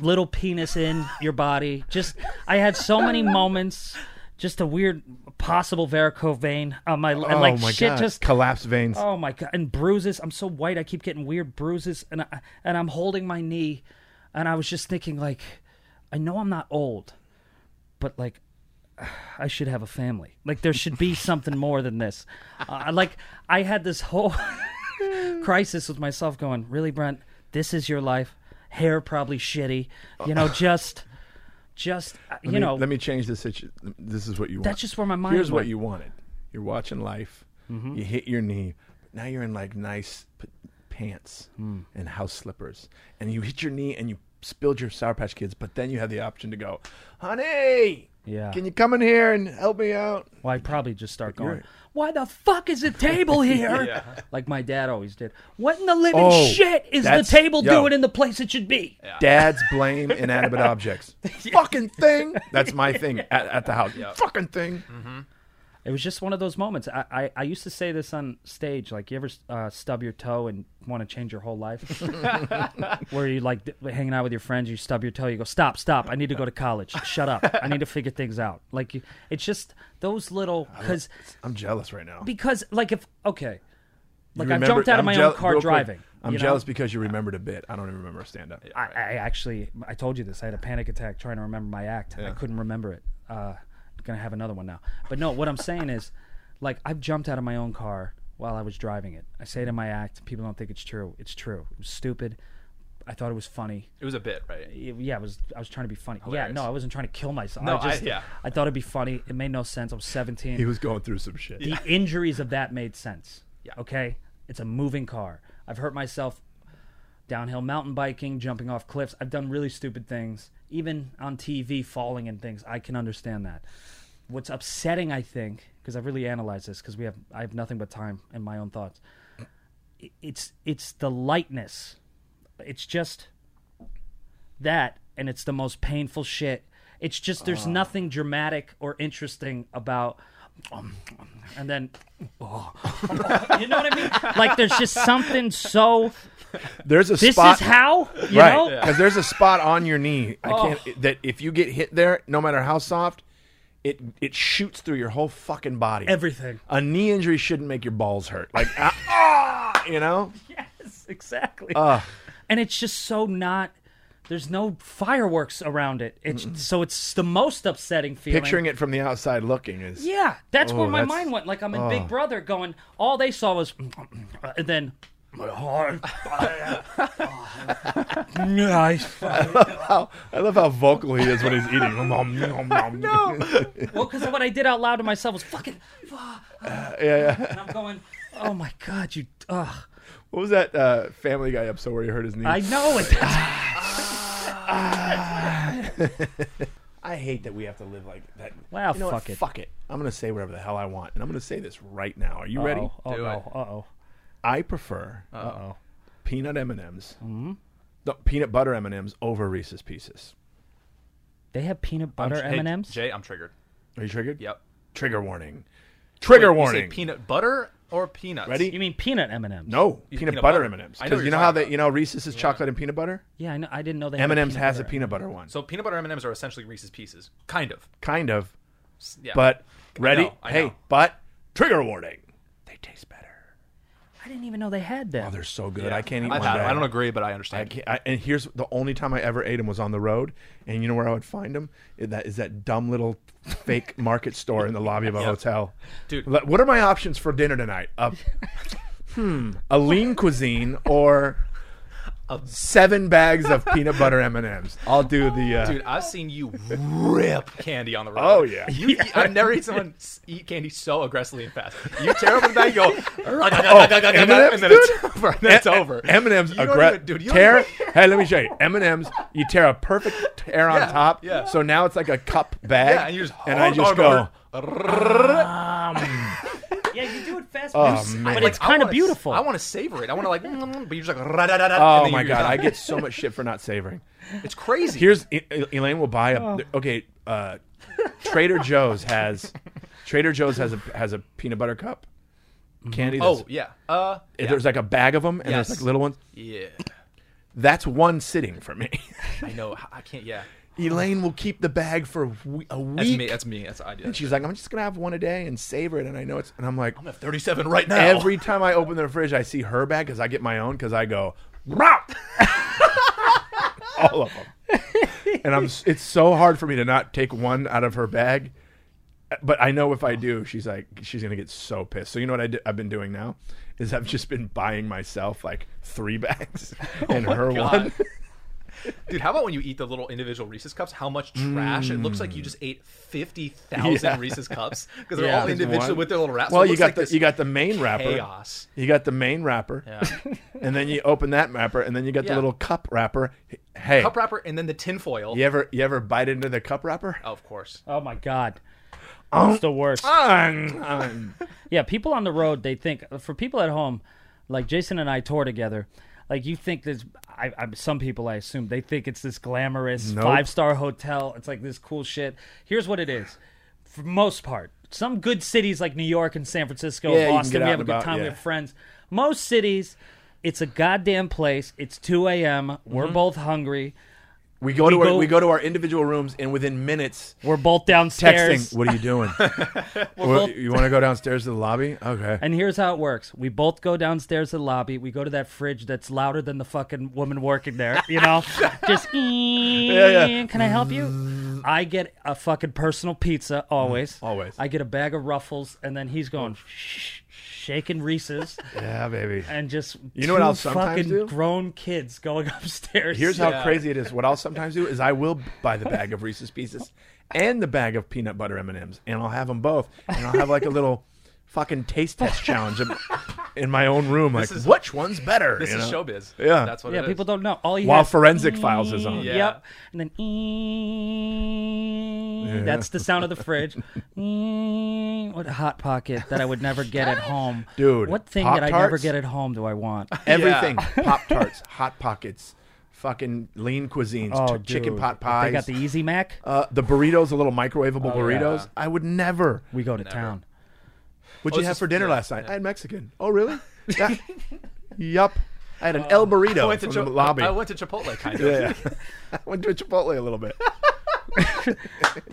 Speaker 3: little penis in your body. Just I had so many moments. Just a weird possible varicose vein on my and
Speaker 1: oh
Speaker 3: like
Speaker 1: my
Speaker 3: shit
Speaker 1: god.
Speaker 3: just
Speaker 1: collapse veins.
Speaker 3: oh my god and bruises. I'm so white. I keep getting weird bruises and I, and I'm holding my knee, and I was just thinking like, I know I'm not old, but like. I should have a family. Like there should be something more than this. Uh, like I had this whole crisis with myself going, really, Brent, this is your life. Hair probably shitty. You know, just, just, uh, you
Speaker 1: Let me-
Speaker 3: know,
Speaker 1: Let me change this. situ- This is what you want.
Speaker 3: that's just where my mind
Speaker 1: Here's what
Speaker 3: went. Mm-hmm.
Speaker 1: you wanted. You're watching life. You hit your knee. Now you're in like nice p- pants
Speaker 3: Hmm.
Speaker 1: and house slippers, and you hit your knee and you spilled your Sour Patch Kids. But then you have the option to go, honey.
Speaker 3: Yeah.
Speaker 1: Can you come in here and help me out?
Speaker 3: well, I'd probably just start
Speaker 1: You're-
Speaker 3: going, why the fuck is the table here? Like my dad always did. What in the living
Speaker 1: Oh,
Speaker 3: shit is the
Speaker 1: that's-
Speaker 3: table
Speaker 1: yo.
Speaker 3: doing in the place it should be?
Speaker 1: Dads blame inanimate objects. Fucking thing. That's my thing at, at the house. Fucking thing.
Speaker 3: It was just one of those moments. I, I, I used to say this on stage, like you ever uh, stub your toe and want to change your whole life, where you like d- hanging out with your friends, you stub your toe, you go stop, stop, I need to go to college, shut up, I need to figure things out. Like you, it's just those little because
Speaker 1: I'm jealous right now.
Speaker 3: because like if okay, like
Speaker 1: You
Speaker 3: I've
Speaker 1: remember-
Speaker 3: jumped out of
Speaker 1: I'm
Speaker 3: my
Speaker 1: jeal-
Speaker 3: own car
Speaker 1: real quick,
Speaker 3: driving.
Speaker 1: I'm
Speaker 3: you know?
Speaker 1: jealous because you remembered a bit. I don't even remember a stand up.
Speaker 3: I, I actually, I told you this. I had a panic attack trying to remember my act. I couldn't remember it. Uh, gonna have another one now. But no, what I'm saying is, like, I've jumped out of my own car while I was driving it. I say it in my act. People don't think it's true. It's true. It was stupid. I thought it was funny.
Speaker 2: It was a bit, right?
Speaker 3: It- yeah, it was. I was trying to be funny.
Speaker 2: Hilarious.
Speaker 3: Yeah, no, I wasn't trying to kill myself.
Speaker 2: No,
Speaker 3: I
Speaker 2: I-
Speaker 3: just,
Speaker 2: yeah.
Speaker 3: I thought it'd be funny. It made no sense. I was 17
Speaker 1: He was going through some shit.
Speaker 3: the injuries of that made sense.
Speaker 2: Yeah.
Speaker 3: Okay. It's a moving car. I've hurt myself downhill mountain biking, jumping off cliffs. I've done really stupid things, even on TV, falling and things. I can understand that. What's upsetting, I think, because I've really analyzed this, because we have I have nothing but time and my own thoughts. i- It's it's the lightness. It's just that, and it's the most painful shit. It's just there's nothing dramatic or interesting about and then you know what I mean? Like there's just something so
Speaker 1: There's a
Speaker 3: this
Speaker 1: spot.
Speaker 3: is how you
Speaker 1: right.
Speaker 3: know. Oh.
Speaker 1: Because there's a spot on your knee. I can't. That if you get hit there, no matter how soft, it it shoots through your whole fucking body.
Speaker 3: Everything.
Speaker 1: A knee injury shouldn't make your balls hurt. Like, ah, ah, you know.
Speaker 3: Yes, exactly.
Speaker 1: Uh.
Speaker 3: and it's just so not. There's no fireworks around it. It's so it's the most upsetting feeling.
Speaker 1: Picturing it from the outside looking is.
Speaker 3: Yeah, that's where
Speaker 1: Oh,
Speaker 3: my
Speaker 1: that's- oh.
Speaker 3: mind went. Like I'm in Big Brother, going. All they saw was, and then. Nice.
Speaker 1: How, I love how vocal he is when he's eating. no.
Speaker 3: Well, because what I did out loud to myself was fucking,
Speaker 1: yeah.
Speaker 3: and I'm going, oh my god, you, ugh.
Speaker 1: What was that uh, Family Guy episode where he hurt his knee?
Speaker 3: I know it.
Speaker 1: I hate that we have to live like that.
Speaker 3: Wow,
Speaker 1: You know what?
Speaker 3: fuck it.
Speaker 1: Fuck it. I'm gonna say whatever the hell I want, and I'm gonna say this right now. Are you ready?
Speaker 3: Oh
Speaker 2: Do
Speaker 3: no. Uh oh.
Speaker 1: I prefer uh
Speaker 2: Mm-hmm.
Speaker 1: peanut M and M's, peanut butter M and M's over Reese's Pieces.
Speaker 3: They have peanut
Speaker 2: I'm
Speaker 3: butter
Speaker 2: tr- hey,
Speaker 3: M and M's.
Speaker 2: Jay, I'm triggered.
Speaker 1: Are you triggered?
Speaker 2: Yep.
Speaker 1: Trigger warning. Trigger
Speaker 2: Wait, you say
Speaker 1: warning.
Speaker 2: peanut butter or peanuts?
Speaker 1: Ready?
Speaker 3: You mean peanut M and M's?
Speaker 1: no,
Speaker 2: You-
Speaker 1: peanut,
Speaker 2: peanut
Speaker 1: butter
Speaker 2: butter.
Speaker 1: M&Ms.
Speaker 2: I
Speaker 1: Because
Speaker 2: know what
Speaker 1: you
Speaker 2: you're
Speaker 1: know how
Speaker 2: talking
Speaker 1: they, you know, Reese's is chocolate and peanut butter.
Speaker 3: Yeah, I know. I didn't know they. had a
Speaker 1: M&Ms
Speaker 3: peanut
Speaker 1: has a
Speaker 3: butter.
Speaker 1: peanut butter one.
Speaker 2: So peanut butter M&Ms are essentially Reese's Pieces, kind of.
Speaker 1: kind of.
Speaker 2: S- Yeah.
Speaker 1: But ready?
Speaker 2: know, I
Speaker 1: hey,
Speaker 2: know.
Speaker 1: but trigger warning. They taste better.
Speaker 3: I didn't even know they had that.
Speaker 1: Oh, they're so good. I can't eat
Speaker 2: I've
Speaker 1: one
Speaker 2: had
Speaker 1: bag.
Speaker 2: them. I don't agree, but I
Speaker 1: I
Speaker 2: understand.
Speaker 1: can't, I, and here's the only time I ever ate them was on the road, and you know where I would find them? It- That is that dumb little fake market store in the lobby of a hotel.
Speaker 2: Dude.
Speaker 1: Like, what are my options for dinner tonight? A, hmm, a lean cuisine or seven bags of peanut butter M and M's. I'll do the. Uh,
Speaker 2: Dude, I've seen you rip candy on the road.
Speaker 1: Oh, yeah.
Speaker 2: You eat, I've never seen someone s- eat candy so aggressively and fast. You tear open the bag, you go,
Speaker 1: Oh,
Speaker 2: and then it's
Speaker 1: dude.
Speaker 2: over. And then it's over.
Speaker 1: E, M and M's
Speaker 2: You don't even-
Speaker 1: aggressive.
Speaker 2: dude, you don't
Speaker 1: Tear.
Speaker 2: even-
Speaker 1: Hey, let me show you. M and M's. You tear a perfect tear on
Speaker 2: Yeah,
Speaker 1: top.
Speaker 2: yeah.
Speaker 1: So now it's like a cup bag.
Speaker 2: Yeah, and you just
Speaker 1: and I
Speaker 2: hold
Speaker 1: just
Speaker 2: on
Speaker 1: go.
Speaker 2: over.
Speaker 3: yeah, you do it fast,
Speaker 1: man.
Speaker 3: but it's
Speaker 2: I
Speaker 3: kind of
Speaker 2: wanna-
Speaker 3: beautiful.
Speaker 2: I want to savor it. I want to like, but you're just like, oh and
Speaker 1: Oh
Speaker 2: then
Speaker 1: my
Speaker 2: you're
Speaker 1: god,
Speaker 2: done.
Speaker 1: I get so much shit for not savoring.
Speaker 2: it's crazy.
Speaker 1: Here's E- E- Elaine will buy a okay. Uh, Trader Joe's has Trader Joe's has a has a peanut butter cup
Speaker 3: Mm-hmm.
Speaker 1: candy.
Speaker 2: oh
Speaker 1: that's-
Speaker 2: yeah, uh, yeah.
Speaker 1: there's like a bag of them, and
Speaker 2: Yes.
Speaker 1: there's like little ones.
Speaker 2: yeah.
Speaker 1: That's one sitting for me.
Speaker 2: I know. I can't. Yeah,
Speaker 1: Elaine will keep the bag for we- a week.
Speaker 2: that's me. That's me. That's I do.
Speaker 1: And she's like, I'm just gonna have one a day and savor it. And I know it's. And I'm like, "Oh
Speaker 2: I'm at 37 right now.
Speaker 1: every time I open the fridge, I see her bag because I get my own because I go, "Rah!" all of them. And I'm. s- It's so hard for me to not take one out of her bag, but I know if I do, she's like, she's gonna get so pissed. So you know what I have been doing now is I've just been buying myself like three bags and her one.
Speaker 2: Oh God. Dude, how about when you eat the little individual Reese's cups? How much trash! It looks like you just ate fifty thousand
Speaker 1: Mm. Yeah.
Speaker 2: Reese's cups because they're
Speaker 3: Yeah.
Speaker 2: all
Speaker 1: There's
Speaker 2: individual
Speaker 1: one.
Speaker 2: with their little wraps.
Speaker 1: Well,
Speaker 2: So it
Speaker 1: you
Speaker 2: looks
Speaker 1: got
Speaker 2: like
Speaker 1: the
Speaker 2: this
Speaker 1: you got the main wrapper.
Speaker 2: chaos.
Speaker 1: You got the main wrapper.
Speaker 2: Yeah.
Speaker 1: and then you open that wrapper, and then you got the
Speaker 2: Yeah.
Speaker 1: little cup wrapper. Hey,
Speaker 2: cup wrapper and then the tinfoil.
Speaker 1: you ever you ever bite into the cup wrapper?
Speaker 2: Oh, of course.
Speaker 3: oh my god, it's the worst. Yeah, people on the road, they think for people at home, like Jason and I tour together. Like you think there's, I, I some people I assume they think it's this glamorous
Speaker 1: Nope.
Speaker 3: five star hotel. It's like this cool shit. Here's what it is, for most part. Some good cities like New York and San Francisco,
Speaker 1: Yeah, you can get
Speaker 3: Boston,
Speaker 1: out
Speaker 3: we have
Speaker 1: and
Speaker 3: a good
Speaker 1: about,
Speaker 3: time.
Speaker 1: yeah.
Speaker 3: We have friends. Most cities, it's a goddamn place. It's two a.m.
Speaker 1: Mm-hmm.
Speaker 3: We're both hungry.
Speaker 1: We go to our,
Speaker 3: go-
Speaker 1: we go to our individual rooms, and within minutes,
Speaker 3: We're both downstairs.
Speaker 1: texting. What are you doing? Well, you want to go downstairs to the lobby? Okay.
Speaker 3: And here's how it works. We both go downstairs to the lobby. We go to that fridge that's louder than the fucking woman working there, you know? Just,
Speaker 1: yeah.
Speaker 3: can I help you? I get a fucking personal pizza, always.
Speaker 1: Mm-hmm. always.
Speaker 3: I get a bag of Ruffles, and then he's going, shh, shaking Reese's,
Speaker 1: yeah, baby.
Speaker 3: and just
Speaker 1: You know what
Speaker 3: two
Speaker 1: I'll sometimes
Speaker 3: fucking
Speaker 1: do?
Speaker 3: grown kids going upstairs.
Speaker 1: Here's
Speaker 2: Yeah.
Speaker 1: how crazy it is. What I'll sometimes do is I will buy the bag of Reese's Pieces and the bag of peanut butter M and M's, and I'll have them both, and I'll have like a little fucking taste test challenge in- in my own room. Like,
Speaker 2: is-
Speaker 1: which one's better?
Speaker 2: This
Speaker 1: you
Speaker 2: is
Speaker 1: know?
Speaker 2: showbiz.
Speaker 1: Yeah.
Speaker 2: that's what.
Speaker 3: yeah,
Speaker 2: it is.
Speaker 3: people don't know. All you
Speaker 1: While
Speaker 3: have-
Speaker 1: Forensic Files is on.
Speaker 2: Yeah.
Speaker 3: Yep. And then that's the sound of the fridge. what a hot pocket that I would never get at home.
Speaker 1: Dude,
Speaker 3: What thing that I never
Speaker 1: Pop-Tarts?
Speaker 3: get at home do I want?
Speaker 1: Everything. Pop Tarts, Hot Pockets, fucking lean cuisines,
Speaker 3: Oh,
Speaker 1: ch- chicken
Speaker 3: dude.
Speaker 1: pot
Speaker 3: If They
Speaker 1: pies.
Speaker 3: got the Easy Mac.
Speaker 1: uh, the burritos, the little microwavable
Speaker 2: Oh,
Speaker 1: burritos. I would never.
Speaker 3: we go to town.
Speaker 1: What'd
Speaker 2: Oh,
Speaker 1: you
Speaker 2: this
Speaker 1: have
Speaker 2: is-
Speaker 1: for dinner
Speaker 2: yeah,
Speaker 1: last night? I had Mexican. Oh, really? Yeah. yup. I had an El burrito
Speaker 2: Oh. I went to
Speaker 1: from
Speaker 2: Chi-
Speaker 1: the lobby.
Speaker 2: I went to Chipotle kind of.
Speaker 1: yeah. I went to a Chipotle a little bit.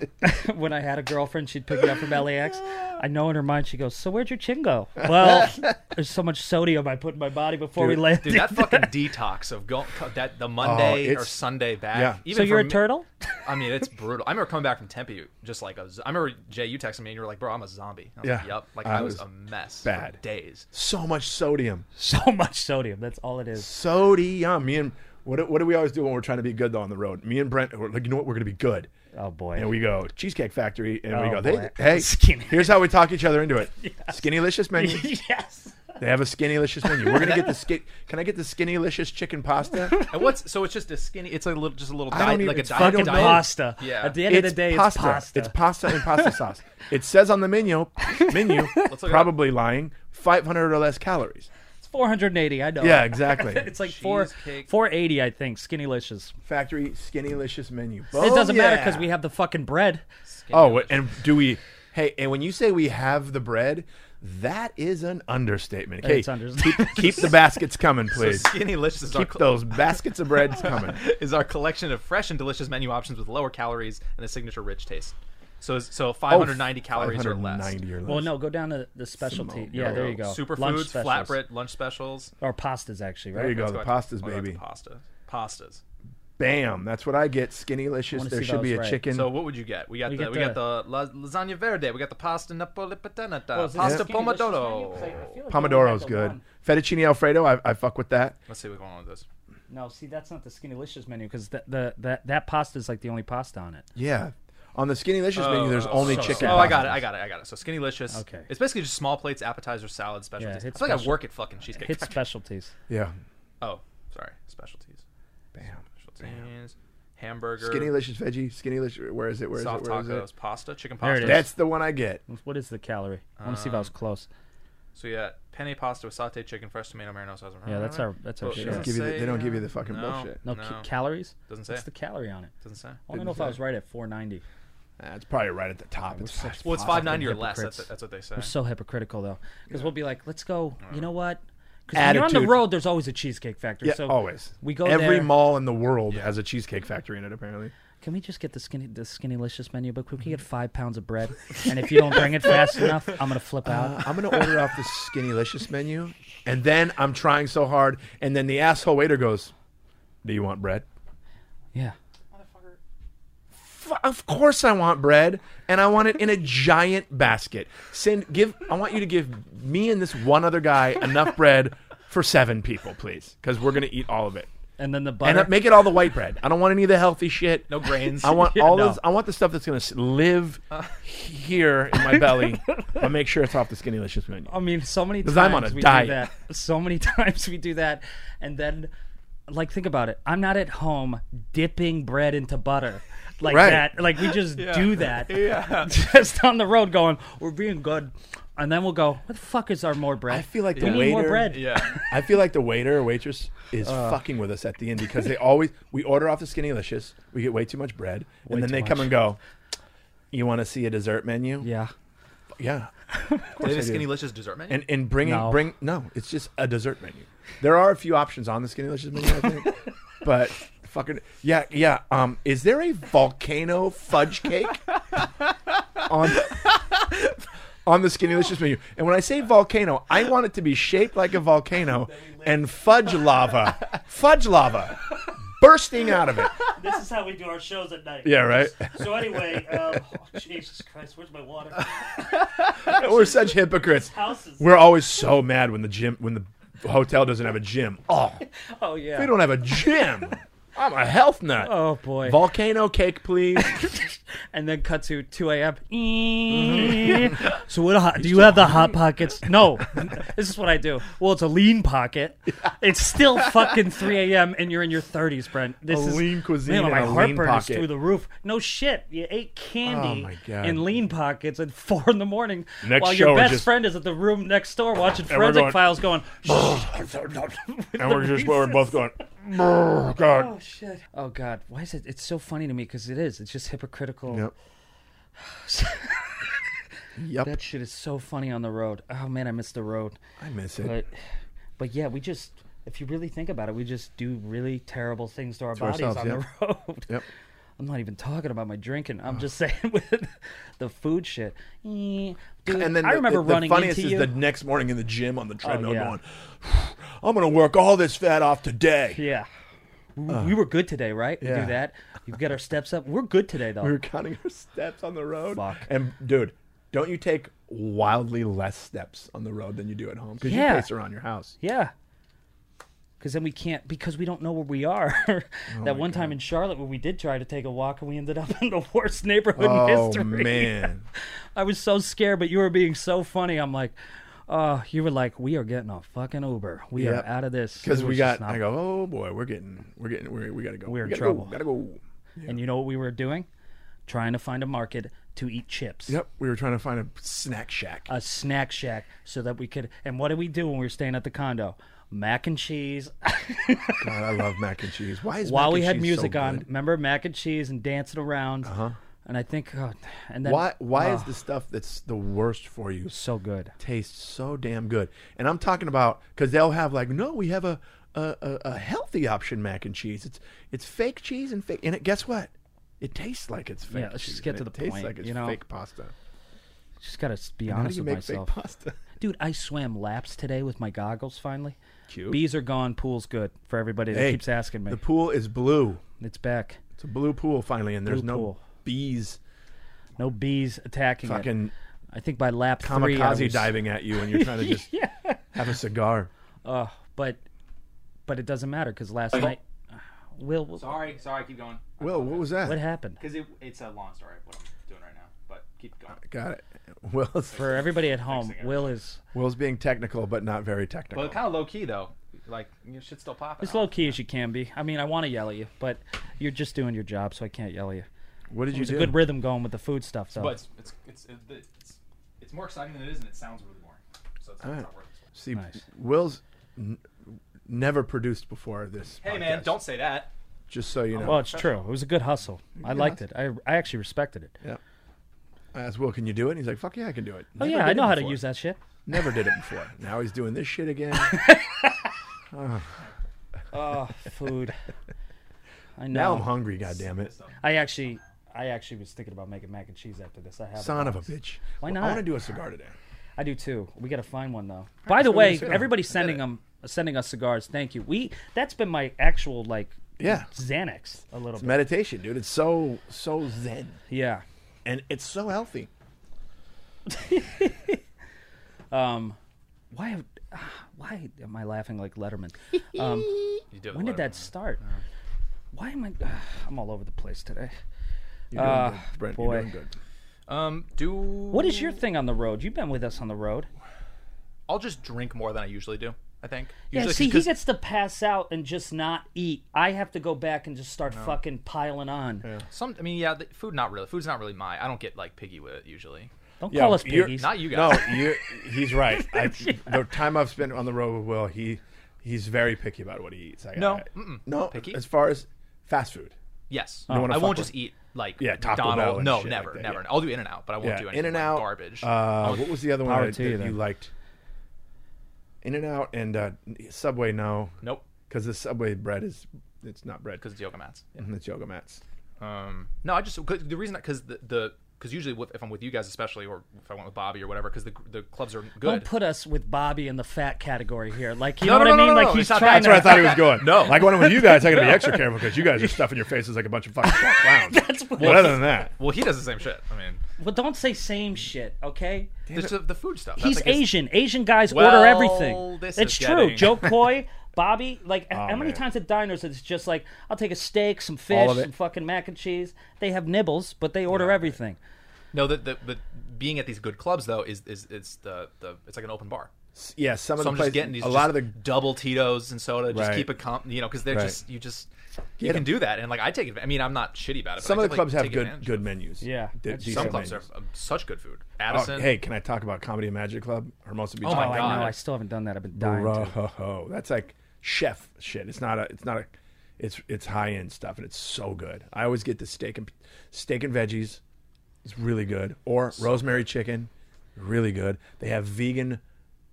Speaker 3: when I had a girlfriend, she'd pick me up from LAX. I know in her mind she goes, "So where'd your chin go?" Well, there's so much sodium I put in my body before we
Speaker 1: Dude,
Speaker 3: landed.
Speaker 2: Dude, that fucking detox of go, that the Monday or
Speaker 1: Oh, it's-
Speaker 2: Sunday back.
Speaker 1: yeah.
Speaker 2: Even
Speaker 3: so you're
Speaker 2: for
Speaker 3: a
Speaker 2: me-
Speaker 3: turtle?
Speaker 2: I mean, it's brutal. I remember coming back from Tempe, just like a z- I remember Jay, you texted me and you were like, "Bro, I'm a zombie." I was Like,
Speaker 1: Yeah.
Speaker 2: yep. Like
Speaker 1: I
Speaker 2: I, was,
Speaker 1: was
Speaker 2: a mess. For
Speaker 1: bad.
Speaker 2: days.
Speaker 1: So much sodium.
Speaker 3: So much sodium. That's all it is.
Speaker 1: Sodium. Me and what, do- what do we always do when we're trying to be good though on the road? Me and Brent, we're like, you know what? We're going to be good.
Speaker 3: Oh boy.
Speaker 1: and we go Cheesecake Factory, and we
Speaker 3: Oh,
Speaker 1: go, hey,
Speaker 3: boy.
Speaker 1: hey
Speaker 3: Skinny.
Speaker 1: here's how we talk each other into it. Skinny licious menu.
Speaker 3: yes.
Speaker 1: They have a skinny licious menu. We're gonna get the skin. Can I get the skinny licious chicken pasta?
Speaker 2: And what's so? It's just a skinny. It's like a little, just a little
Speaker 1: I don't
Speaker 2: diet,
Speaker 1: even-
Speaker 2: like a
Speaker 1: it's
Speaker 2: diet.
Speaker 1: fucking
Speaker 3: Fucking
Speaker 2: diet.
Speaker 3: pasta.
Speaker 2: Yeah.
Speaker 3: At the end of the day, it's pasta.
Speaker 1: It's pasta and pasta sauce. It says on the menu, menu,
Speaker 2: it up.
Speaker 1: probably lying, 500 or less calories.
Speaker 2: It's
Speaker 3: 480. I know.
Speaker 1: Yeah, exactly.
Speaker 3: Oh. it's like four,
Speaker 2: Cheesecake.
Speaker 3: 480, I think. Skinnylicious.
Speaker 1: Factory skinny-licious menu.
Speaker 3: it
Speaker 1: Boom,
Speaker 3: doesn't matter
Speaker 1: yeah.
Speaker 3: because we have the fucking bread.
Speaker 1: Oh, and do we? Hey, and when you say we have the bread, that is an understatement. Okay,
Speaker 3: It's under-
Speaker 1: keep, keep the baskets coming, please.
Speaker 2: Skinny Licious is, our
Speaker 1: keep
Speaker 2: col-
Speaker 1: those baskets of breads coming.
Speaker 2: is our collection of fresh and delicious menu options with lower calories and a signature rich taste. So, is- so
Speaker 1: Oh,
Speaker 2: 590 calories or
Speaker 1: 590 or less.
Speaker 3: Well, no, go down to the specialty.
Speaker 1: Simone.
Speaker 3: Yeah,
Speaker 1: Oh,
Speaker 3: there you go.
Speaker 2: less.
Speaker 3: Lunch
Speaker 2: Superfoods,
Speaker 3: specials.
Speaker 2: flatbread, lunch specials.
Speaker 3: Or pastas, actually, right?
Speaker 1: There you go. the
Speaker 2: Let's
Speaker 1: pastas,
Speaker 2: oh, that's
Speaker 1: baby.
Speaker 2: Pasta. Pastas.
Speaker 1: Bam. That's what I get. Skinny-licious.
Speaker 3: wanna
Speaker 1: There
Speaker 3: see
Speaker 1: should
Speaker 3: those
Speaker 1: be a
Speaker 3: right.
Speaker 1: chicken.
Speaker 2: So what would you get? We got
Speaker 3: We
Speaker 2: the
Speaker 3: get
Speaker 2: we got the la- lasagna verde. We got the pasta napolitana, Uh, pasta pomodoro.
Speaker 1: Pomodoro's good. Fettuccine Alfredo, I, I fuck with that.
Speaker 2: Let's see what's going on with this.
Speaker 3: No, see, that's not the Skinnylicious menu because the, the, that that pasta is like the only pasta on it.
Speaker 1: Yeah. On the Skinny Licious menu, there's only chicken.
Speaker 2: Oh, I got it.
Speaker 1: pastas.
Speaker 2: I got it. I got it. So skinny licious.
Speaker 3: Okay.
Speaker 2: It's basically just small plates, appetizer, salad, specialties.
Speaker 3: hit
Speaker 2: it's like I
Speaker 3: special-
Speaker 2: work at fucking cheesecake.
Speaker 3: Hit
Speaker 2: Factory.
Speaker 3: specialties.
Speaker 1: Yeah.
Speaker 2: oh, sorry, specialties.
Speaker 1: Bam.
Speaker 2: Specialties. Hamburger.
Speaker 1: Skinny Licious veggie. Skinny Licious. Where is it? Where is
Speaker 2: soft
Speaker 1: it? Where is
Speaker 2: tacos,
Speaker 1: it?
Speaker 2: pasta, chicken
Speaker 3: There it
Speaker 2: pasta.
Speaker 3: is.
Speaker 1: That's the one I get.
Speaker 3: What is the calorie? I want to see if
Speaker 2: Um,
Speaker 3: I was close.
Speaker 2: So yeah, penne pasta with sauteed chicken, fresh tomato marinara sauce.
Speaker 3: Yeah, that's our that's our
Speaker 2: uh, Well,
Speaker 3: shit.
Speaker 1: They don't, give you the,
Speaker 2: say,
Speaker 1: they don't
Speaker 2: uh,
Speaker 1: give you the fucking
Speaker 2: no.
Speaker 1: bullshit.
Speaker 3: No,
Speaker 2: No.
Speaker 3: ca- calories.
Speaker 2: Doesn't
Speaker 3: What's
Speaker 2: say.
Speaker 3: the calorie on it?
Speaker 2: Doesn't say.
Speaker 3: I don't know if I was right at 490.
Speaker 1: That's probably right at the top. It's, it's
Speaker 2: Well, it's
Speaker 1: possible.
Speaker 2: five ninety or less. That's,
Speaker 3: hypocrites.
Speaker 2: that's what they say.
Speaker 3: We're so hypocritical though, because we'll be like, let's go.
Speaker 2: Uh-huh.
Speaker 3: You know what? Because
Speaker 1: Attitude.
Speaker 3: you're on the road, there's always a cheesecake factory.
Speaker 1: Yeah,
Speaker 3: so
Speaker 1: always.
Speaker 3: We go
Speaker 1: Every
Speaker 3: there.
Speaker 1: mall in the world has a cheesecake factory in it. Apparently,
Speaker 3: Can we just get the skinny the skinny licious menu? But can we
Speaker 1: Mm-hmm.
Speaker 3: get five pounds of bread? and if you don't bring it fast enough, I'm gonna flip out.
Speaker 1: Uh, I'm gonna order off the Skinny Licious menu, and then I'm trying so hard, and then the asshole waiter goes, "Do you want bread?"
Speaker 3: Yeah.
Speaker 1: F- of course I want bread, and I want it in a giant basket. Send give. I want you to give me and this one other guy enough bread for seven people, please, because we're gonna eat all of it.
Speaker 3: And then the butter.
Speaker 1: And uh, make it all the white bread. I don't want any of the healthy shit.
Speaker 2: no grains.
Speaker 1: I want
Speaker 3: Yeah,
Speaker 1: all
Speaker 3: no.
Speaker 1: this. I want the stuff that's going to live here in my belly, but make sure it's off the skinny licious menu.
Speaker 3: I mean, so many
Speaker 1: 'Cause
Speaker 3: times
Speaker 1: I'm on a
Speaker 3: we
Speaker 1: diet.
Speaker 3: do that. So many times we do that, and then, like, think about it. I'm not at home dipping bread into butter like
Speaker 1: Right.
Speaker 3: that. Like we just do that. Yeah. Just on the road, going, we're being good, and then we'll go. What the fuck is our more bread?
Speaker 1: I feel like the
Speaker 3: we
Speaker 1: waiter.
Speaker 3: need more bread.
Speaker 2: yeah.
Speaker 1: I feel like the waiter or waitress is
Speaker 3: Uh.
Speaker 1: fucking with us at the end because they always we order off the skinny licious, we get way too much bread, and then
Speaker 3: too
Speaker 1: they come
Speaker 3: much.
Speaker 1: and go. You want to see a dessert menu?
Speaker 3: Yeah.
Speaker 1: yeah.
Speaker 2: They have a
Speaker 1: I do.
Speaker 2: skinny licious dessert menu.
Speaker 1: And and bringing
Speaker 3: No.
Speaker 1: bring no, it's just a dessert menu. There are a few options on the skinny licious menu, I think, but fucking yeah, yeah. Um, is there a volcano fudge cake on? On the skinny licious menu, and when I say volcano, I want it to be shaped like a volcano and fudge lava, fudge lava, bursting out of it.
Speaker 5: This is how we do our shows at night.
Speaker 1: Yeah, right.
Speaker 5: So anyway, um, oh, Jesus Christ, where's my water?
Speaker 1: We're such hypocrites.
Speaker 5: Houses.
Speaker 1: We're always so mad when the gym, when the hotel doesn't have a gym. Oh,
Speaker 3: Oh yeah.
Speaker 1: We don't have a gym. I'm a health nut.
Speaker 3: Oh boy.
Speaker 1: Volcano cake, please.
Speaker 3: and then cut to 2 a.m.
Speaker 1: Mm-hmm.
Speaker 3: so what? Hot, do you have the hot pockets? No, this is what I do. Well, it's a lean pocket. It's still fucking 3 a.m. and you're in your 30s, Brent. This
Speaker 1: A
Speaker 3: is
Speaker 1: lean cuisine
Speaker 3: Man,
Speaker 1: and
Speaker 3: my
Speaker 1: a lean
Speaker 3: heartburn
Speaker 1: pocket.
Speaker 3: is through the roof. No shit, you ate
Speaker 1: Oh,
Speaker 3: candy
Speaker 1: my God.
Speaker 3: in lean pockets at four in the morning
Speaker 1: Next
Speaker 3: while
Speaker 1: show,
Speaker 3: your
Speaker 1: we're
Speaker 3: best
Speaker 1: just-
Speaker 3: friend is at the room next door watching
Speaker 1: And we're
Speaker 3: Forensic
Speaker 1: going-
Speaker 3: Files, going.
Speaker 1: and we're just we're both going. "Brr, God.
Speaker 3: Oh shit! Oh god, why is it? It's so funny to me because it is. It's just hypocritical.
Speaker 1: Yep. yep.
Speaker 3: That shit is so funny on the road. Oh man, I miss the road.
Speaker 1: I miss it.
Speaker 3: But but yeah, we just if you really think about it, we just do really terrible things to our bodies
Speaker 1: ourselves,
Speaker 3: on the road.
Speaker 1: Yep.
Speaker 3: I'm not even talking about my drinking. I'm just saying with the food shit. Eh, Dude,
Speaker 1: And then
Speaker 3: I
Speaker 1: the,
Speaker 3: remember
Speaker 1: the,
Speaker 3: running
Speaker 1: the funniest
Speaker 3: into
Speaker 1: is
Speaker 3: you. Oh,
Speaker 1: the next morning in the gym on the treadmill
Speaker 3: yeah.
Speaker 1: going. I'm gonna work all this fat off today.
Speaker 3: yeah. We- we were good today, right? We
Speaker 1: yeah.
Speaker 3: do that. You've got our steps up. We're good today though.
Speaker 1: We were counting our steps on the road.
Speaker 3: Fuck.
Speaker 1: And dude, don't you take wildly less steps on the road than you do at home because
Speaker 3: Yeah.
Speaker 1: you pace around your house.
Speaker 3: Yeah. Because then we can't, because we don't know where we
Speaker 1: Oh
Speaker 3: are. that one time in Charlotte where we did try to take a walk and we ended up in the worst neighborhood in
Speaker 1: Oh
Speaker 3: history.
Speaker 1: man.
Speaker 3: I was so scared, but you were being so funny. I'm like, uh, you were like, we are getting a fucking Uber. We
Speaker 1: Yep.
Speaker 3: are out of this.
Speaker 1: because
Speaker 3: It
Speaker 1: we
Speaker 3: was just
Speaker 1: got.
Speaker 3: not-
Speaker 1: I go, oh boy, we're getting, we're getting, we're, we gotta go.
Speaker 3: We're in
Speaker 1: we gotta
Speaker 3: trouble.
Speaker 1: Go, gotta go.
Speaker 3: And you know what we were doing? trying to find a market to eat chips.
Speaker 1: Yep, we were trying to find a snack shack.
Speaker 3: A snack shack so that we could. And what did we do when we were staying at the condo? Mac and cheese.
Speaker 1: God, I love mac and cheese. Why is
Speaker 3: While
Speaker 1: mac
Speaker 3: we
Speaker 1: and
Speaker 3: had
Speaker 1: cheese
Speaker 3: music
Speaker 1: so
Speaker 3: on,
Speaker 1: good?
Speaker 3: remember mac and cheese and dancing around. Uh-huh. And I think, oh, and then
Speaker 1: Why? Why is
Speaker 3: oh,
Speaker 1: the stuff that's the worst for you
Speaker 3: so good?
Speaker 1: tastes so damn good. And I'm talking about because they'll have like, no, we have a, a a a healthy option mac and cheese. It's it's fake cheese and fake. And it, guess what? It tastes like it's fake.
Speaker 3: Yeah, let's just
Speaker 1: cheese,
Speaker 3: get
Speaker 1: and
Speaker 3: to
Speaker 1: it
Speaker 3: the
Speaker 1: tastes
Speaker 3: point,
Speaker 1: Like it's
Speaker 3: you know?
Speaker 1: fake pasta.
Speaker 3: Just gotta s- be
Speaker 1: How do
Speaker 3: honest
Speaker 1: you
Speaker 3: with
Speaker 1: make
Speaker 3: myself.
Speaker 1: fake pasta?
Speaker 3: Dude, I swam laps today with my goggles finally.
Speaker 1: Cute.
Speaker 3: Bees are gone, pool's good for everybody that
Speaker 1: Hey,
Speaker 3: keeps asking me.
Speaker 1: The pool is blue.
Speaker 3: it's back.
Speaker 1: It's a blue pool finally, and there's
Speaker 3: Blue
Speaker 1: no
Speaker 3: pool.
Speaker 1: bees
Speaker 3: No bees attacking
Speaker 1: fucking
Speaker 3: it. I think by lap three, I
Speaker 1: kamikaze
Speaker 3: was-
Speaker 1: diving at you, and you're trying to just have a cigar.
Speaker 3: Uh, but but it doesn't matter because last night, Will, Will-
Speaker 2: Sorry, sorry, keep going.
Speaker 1: Will, what was that?
Speaker 3: what happened?
Speaker 2: Because it, it's a long story what I'm doing right now, but keep going.
Speaker 1: Got it. Will's,
Speaker 3: For everybody at home,
Speaker 2: Fixing it.
Speaker 3: Will is
Speaker 1: Will's being technical, but not very technical.
Speaker 2: Well, kind of low key though. Like your shit's still popping.
Speaker 3: as low key as you can be. I mean, I want to yell at you, but you're just doing your job, so I can't yell at you.
Speaker 1: what did you
Speaker 3: There's a
Speaker 1: do?
Speaker 3: good rhythm going with the food stuff, though.
Speaker 2: But it's it's, it's it's it's it's more exciting than it is, and it sounds really boring. So it's, it's
Speaker 1: Alright.
Speaker 2: not worth it.
Speaker 1: See,
Speaker 3: Nice.
Speaker 1: Will's n- never produced before this.
Speaker 2: Hey man,
Speaker 1: podcast,
Speaker 2: don't say that.
Speaker 1: Just so you know.
Speaker 3: well, it's true. It was a good hustle. I liked it. I, I actually respected it.
Speaker 1: yeah. I asked Will, "Can you do it?" And he's like, "Fuck yeah, I can do it."
Speaker 3: Oh
Speaker 1: Never
Speaker 3: yeah,
Speaker 1: did
Speaker 3: I
Speaker 1: it
Speaker 3: know how to
Speaker 1: before.
Speaker 3: use that shit.
Speaker 1: Never did it before. now he's doing this shit again.
Speaker 3: Oh, food. I know.
Speaker 1: now I'm hungry. God damn it,
Speaker 3: I actually, I actually was thinking about making mac and cheese after this. I have.
Speaker 1: son of a bitch.
Speaker 3: Why
Speaker 1: Well,
Speaker 3: not?
Speaker 1: I want to do a cigar today.
Speaker 3: I do too. We got to find one though. By the
Speaker 1: so we
Speaker 3: way,
Speaker 1: should.
Speaker 3: everybody's
Speaker 1: Get
Speaker 3: sending
Speaker 1: it.
Speaker 3: them, sending us cigars. Thank you. We that's been my actual like
Speaker 1: Yeah.
Speaker 3: Xanax a little bit.
Speaker 1: Meditation, dude. It's so so zen,
Speaker 3: yeah.
Speaker 1: and it's so healthy.
Speaker 3: Why am- ah, why am I laughing like Letterman? Um,
Speaker 2: You do it
Speaker 3: when did
Speaker 2: later.
Speaker 3: that start? Why am I? ah, I'm all over the place today.
Speaker 1: You're doing
Speaker 3: Ah,
Speaker 1: good, Brent.
Speaker 3: boy.
Speaker 1: You're doing good.
Speaker 2: Um, do
Speaker 3: What is your thing on the road? You've been with us on the road.
Speaker 2: I'll just drink more than I usually do. I think.
Speaker 3: Yeah,
Speaker 2: Usually,
Speaker 3: see, he
Speaker 2: 'cause-
Speaker 3: gets to pass out and just not eat. I have to go back and just start fucking piling on.
Speaker 2: some. I mean, yeah, the, food not really. Food's not really my. I don't get like piggy with it usually.
Speaker 3: Don't
Speaker 1: Yeah,
Speaker 3: call us
Speaker 1: you're-
Speaker 3: piggies.
Speaker 2: Not you
Speaker 1: No,
Speaker 2: guys.
Speaker 1: you he's right. I, The time I've spent on the road with Will, he he's very picky about what he eats. I,
Speaker 2: No,
Speaker 1: I-
Speaker 2: mm-mm.
Speaker 1: no.
Speaker 2: Picky?
Speaker 1: As far as fast food,
Speaker 2: Yes,
Speaker 1: wanna
Speaker 2: I
Speaker 1: fuck
Speaker 2: won't
Speaker 1: with-
Speaker 2: just eat like
Speaker 1: Yeah, Taco
Speaker 2: Donald.
Speaker 1: Bell and
Speaker 2: no,
Speaker 1: shit
Speaker 2: never,
Speaker 1: like that,
Speaker 2: never.
Speaker 1: yeah.
Speaker 2: I'll do In and Out, but I won't
Speaker 1: yeah,
Speaker 2: do anything
Speaker 1: In and
Speaker 2: like
Speaker 1: Out,
Speaker 2: garbage. Oh.
Speaker 1: Uh, what was the other one
Speaker 3: Power
Speaker 1: I-
Speaker 3: to
Speaker 1: that
Speaker 3: you
Speaker 1: you,
Speaker 3: then.
Speaker 1: liked? In and Out and uh, Subway. No,
Speaker 2: nope,
Speaker 1: because the Subway bread is it's not bread
Speaker 2: because it's yoga mats.
Speaker 1: Mhm, it's yoga mats.
Speaker 2: Um, no, I just 'cause the reason because the the because usually with- if I'm with you guys especially or if I went with Bobby or whatever because the the clubs are
Speaker 3: Don't
Speaker 2: good.
Speaker 1: Oh,
Speaker 3: put us with Bobby in the fat category here. Like you
Speaker 2: No,
Speaker 3: know
Speaker 2: no,
Speaker 3: what
Speaker 2: no,
Speaker 3: I mean?
Speaker 2: no,
Speaker 3: like
Speaker 2: no,
Speaker 3: he's
Speaker 2: it's not
Speaker 3: trying
Speaker 1: That's
Speaker 2: that.
Speaker 1: where I
Speaker 3: to.
Speaker 1: thought he was going.
Speaker 2: No.
Speaker 1: like when I'm with you guys, I got to be extra careful because you guys are stuffing your faces like a bunch of fucking fuck clowns. but other than that,
Speaker 2: well, he does the same shit. I mean,
Speaker 3: Well, don't say same shit, okay?
Speaker 2: there's the, the food stuff.
Speaker 3: He's
Speaker 2: That's, like, his-
Speaker 3: Asian. Asian guys
Speaker 2: Well,
Speaker 3: order everything.
Speaker 2: this
Speaker 3: it's
Speaker 2: is
Speaker 3: true.
Speaker 2: getting- Oh,
Speaker 3: Joe Coy, Bobby, like how many
Speaker 1: man.
Speaker 3: times at diners it's just like I'll take a steak, some
Speaker 1: All
Speaker 3: fish,
Speaker 1: of it.
Speaker 3: some fucking mac and cheese. They have nibbles, but they order everything.
Speaker 2: No, the, the the being at these good clubs though is is it's the the it's like an open bar.
Speaker 1: yeah, some of
Speaker 2: So
Speaker 1: the
Speaker 2: I'm
Speaker 1: places,
Speaker 2: just getting these
Speaker 1: a lot of
Speaker 2: just
Speaker 1: the
Speaker 2: double Tito's and soda. Just
Speaker 1: Right.
Speaker 2: keep it comp, you know, because they're
Speaker 1: Right.
Speaker 2: just you just you
Speaker 1: Get
Speaker 2: can
Speaker 1: 'em.
Speaker 2: do that. And like I take it. I mean, I'm not shitty about it. But
Speaker 1: some
Speaker 2: I
Speaker 1: of the
Speaker 2: take,
Speaker 1: clubs
Speaker 2: like,
Speaker 1: have
Speaker 2: take
Speaker 1: good
Speaker 2: advantage
Speaker 1: good
Speaker 2: of it.
Speaker 1: menus.
Speaker 3: Yeah,
Speaker 1: De-
Speaker 3: that's
Speaker 1: decent
Speaker 3: decent
Speaker 2: Some clubs are
Speaker 1: menus.
Speaker 2: um, such good food.
Speaker 1: Oh,
Speaker 2: Addison.
Speaker 1: hey, can I talk about Comedy and Magic Club, Hermosa Beach?
Speaker 2: Oh my
Speaker 3: Oh, I
Speaker 2: God.
Speaker 3: know. I still haven't done that. I've been dying. to.
Speaker 1: Bro, that's like chef shit. It's not a. It's not a. It's it's high end stuff, and it's so good. I always get the steak and steak and veggies. It's really good, or rosemary chicken, really good. They have vegan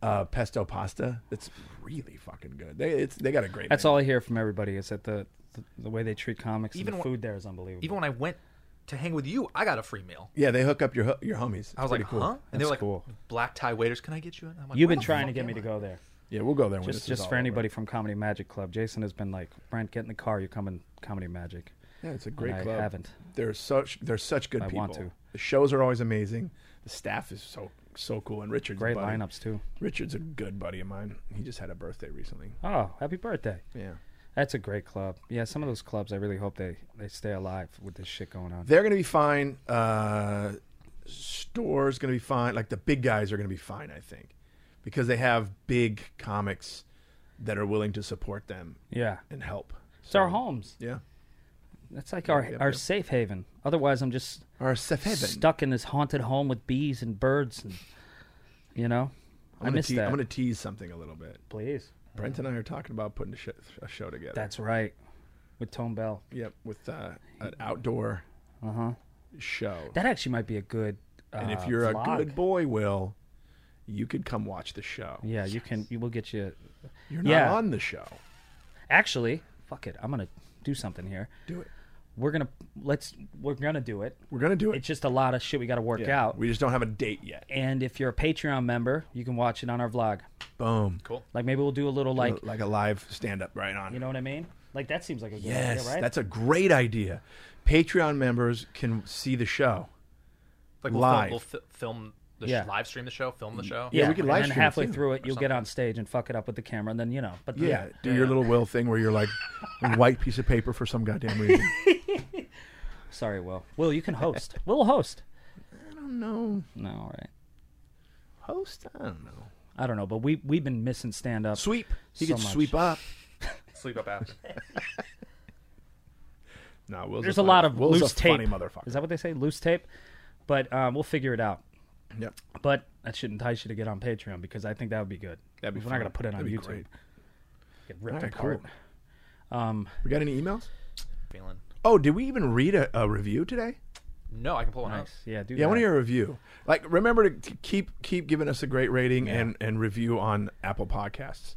Speaker 1: uh, pesto pasta. That's really fucking good. They it's they got a great.
Speaker 3: That's
Speaker 1: menu.
Speaker 3: all I hear from everybody is that the the, the way they treat comics
Speaker 2: Even
Speaker 3: and
Speaker 2: wh-
Speaker 3: the food there is unbelievable.
Speaker 2: Even when I went to hang with you, I got a free meal.
Speaker 1: Yeah, they hook up your hu- your homies.
Speaker 2: I was like,
Speaker 1: Pretty cool.
Speaker 2: huh? And they were like,
Speaker 3: cool.
Speaker 2: black tie waiters, can I get you? in?" I'm like,
Speaker 3: You've
Speaker 2: "Why
Speaker 3: been
Speaker 2: the
Speaker 3: trying to
Speaker 2: fuck
Speaker 3: get
Speaker 2: am
Speaker 3: me to
Speaker 2: I?"
Speaker 3: go there.
Speaker 1: Yeah, we'll go there. When this
Speaker 3: Just
Speaker 1: is
Speaker 3: just
Speaker 1: all
Speaker 3: for
Speaker 1: over.
Speaker 3: anybody from Comedy Magic Club, Jason has been like, Brent, get in the car. You're coming Comedy Magic.
Speaker 1: Yeah, it's a great
Speaker 3: I
Speaker 1: club.
Speaker 3: haven't.
Speaker 1: They're such they're such good
Speaker 3: I
Speaker 1: people.
Speaker 3: want to.
Speaker 1: The shows are always amazing. The staff is so so cool. And Richard's a
Speaker 3: Great
Speaker 1: buddy.
Speaker 3: lineups too.
Speaker 1: Richard's a good buddy of mine. He just had a birthday recently.
Speaker 3: Oh, happy birthday!
Speaker 1: Yeah.
Speaker 3: That's a great club. Yeah, some of those clubs, I really hope they they stay alive with this shit going on.
Speaker 1: They're gonna be fine. Uh stores gonna be fine. Like the big guys are gonna be fine, I think. Because they have big comics that are willing to support them
Speaker 3: Yeah,
Speaker 1: and help.
Speaker 3: it's our homes.
Speaker 1: Yeah.
Speaker 3: That's like our
Speaker 1: Yep,
Speaker 3: our
Speaker 1: yep.
Speaker 3: safe haven. Otherwise, I'm just
Speaker 1: Or Sefeben.
Speaker 3: stuck in this haunted home with bees and birds, and you know,
Speaker 1: I'm
Speaker 3: I
Speaker 1: gonna
Speaker 3: miss
Speaker 1: tea-
Speaker 3: that. Oh.
Speaker 1: I'm going to tease something a little bit.
Speaker 3: Please,
Speaker 1: Brent and I are talking about putting a, sh- a show together.
Speaker 3: that's right. With Tone Bell,
Speaker 1: yep, with uh, an outdoor show.
Speaker 3: Uh-huh. that actually might be a good. Uh,
Speaker 1: and if you're
Speaker 3: vlog.
Speaker 1: a good boy, Will, you could come watch the show.
Speaker 3: yeah, you can. You will get you.
Speaker 1: You're not
Speaker 3: Yeah.
Speaker 1: on the show.
Speaker 3: Actually, fuck it. I'm gonna do something here.
Speaker 1: Do it.
Speaker 3: We're gonna let's. We're gonna do it.
Speaker 1: We're gonna do it.
Speaker 3: It's just a lot of shit we got to work
Speaker 1: Yeah.
Speaker 3: out.
Speaker 1: We just don't have a date yet.
Speaker 3: and if you're a Patreon member, you can watch it on our vlog.
Speaker 1: Boom.
Speaker 2: Cool.
Speaker 3: Like maybe we'll do a little like
Speaker 1: Like, a live stand up right on.
Speaker 3: You know what I mean? Like that seems like a good
Speaker 1: yes,
Speaker 3: idea, right?
Speaker 1: that's a great idea. Patreon members can see the show.
Speaker 2: Like we'll,
Speaker 1: Live.
Speaker 2: Film, we'll fi- film the
Speaker 3: Yeah.
Speaker 2: sh- live stream the show, film the show.
Speaker 1: Yeah, we could
Speaker 3: can.
Speaker 1: live
Speaker 3: And then
Speaker 1: stream it,
Speaker 3: halfway
Speaker 1: too,
Speaker 3: through it, you'll get on stage and fuck it up with the camera, and then you know. But
Speaker 1: Yeah,
Speaker 3: yeah,
Speaker 1: do your little Will thing where you're like a white piece of paper for some goddamn reason.
Speaker 3: sorry, Will. Will, you can host. Will host.
Speaker 1: I don't know.
Speaker 3: No, all right.
Speaker 1: Host? I don't know.
Speaker 3: I don't know, but we we've been missing stand up.
Speaker 1: Sweep. He
Speaker 3: So
Speaker 1: could
Speaker 3: much.
Speaker 1: sweep up.
Speaker 2: Sleep up after.
Speaker 1: No, Will's
Speaker 3: There's a
Speaker 1: funny-
Speaker 3: lot of
Speaker 1: Will's
Speaker 3: loose
Speaker 1: a
Speaker 3: tape.
Speaker 1: funny motherfucker.
Speaker 3: Is that what they say? Loose tape. But um, we'll figure it out.
Speaker 1: Yep.
Speaker 3: But that should entice you to get on Patreon because I think that would be good.
Speaker 1: That'd be
Speaker 3: We're not
Speaker 1: fun.
Speaker 3: gonna put it on
Speaker 1: That'd be
Speaker 3: YouTube.
Speaker 1: great.
Speaker 3: Get ripped
Speaker 1: All right,
Speaker 3: apart.
Speaker 1: cool. We got any emails?
Speaker 2: Feeling.
Speaker 1: Um, Oh, did we even read a, a review today?
Speaker 2: No, I can pull one out.
Speaker 3: Nice. Yeah, do
Speaker 1: Yeah, I want
Speaker 3: that.
Speaker 1: to hear a review. Like, remember to t- keep keep giving us a great rating and and review on Apple Podcasts,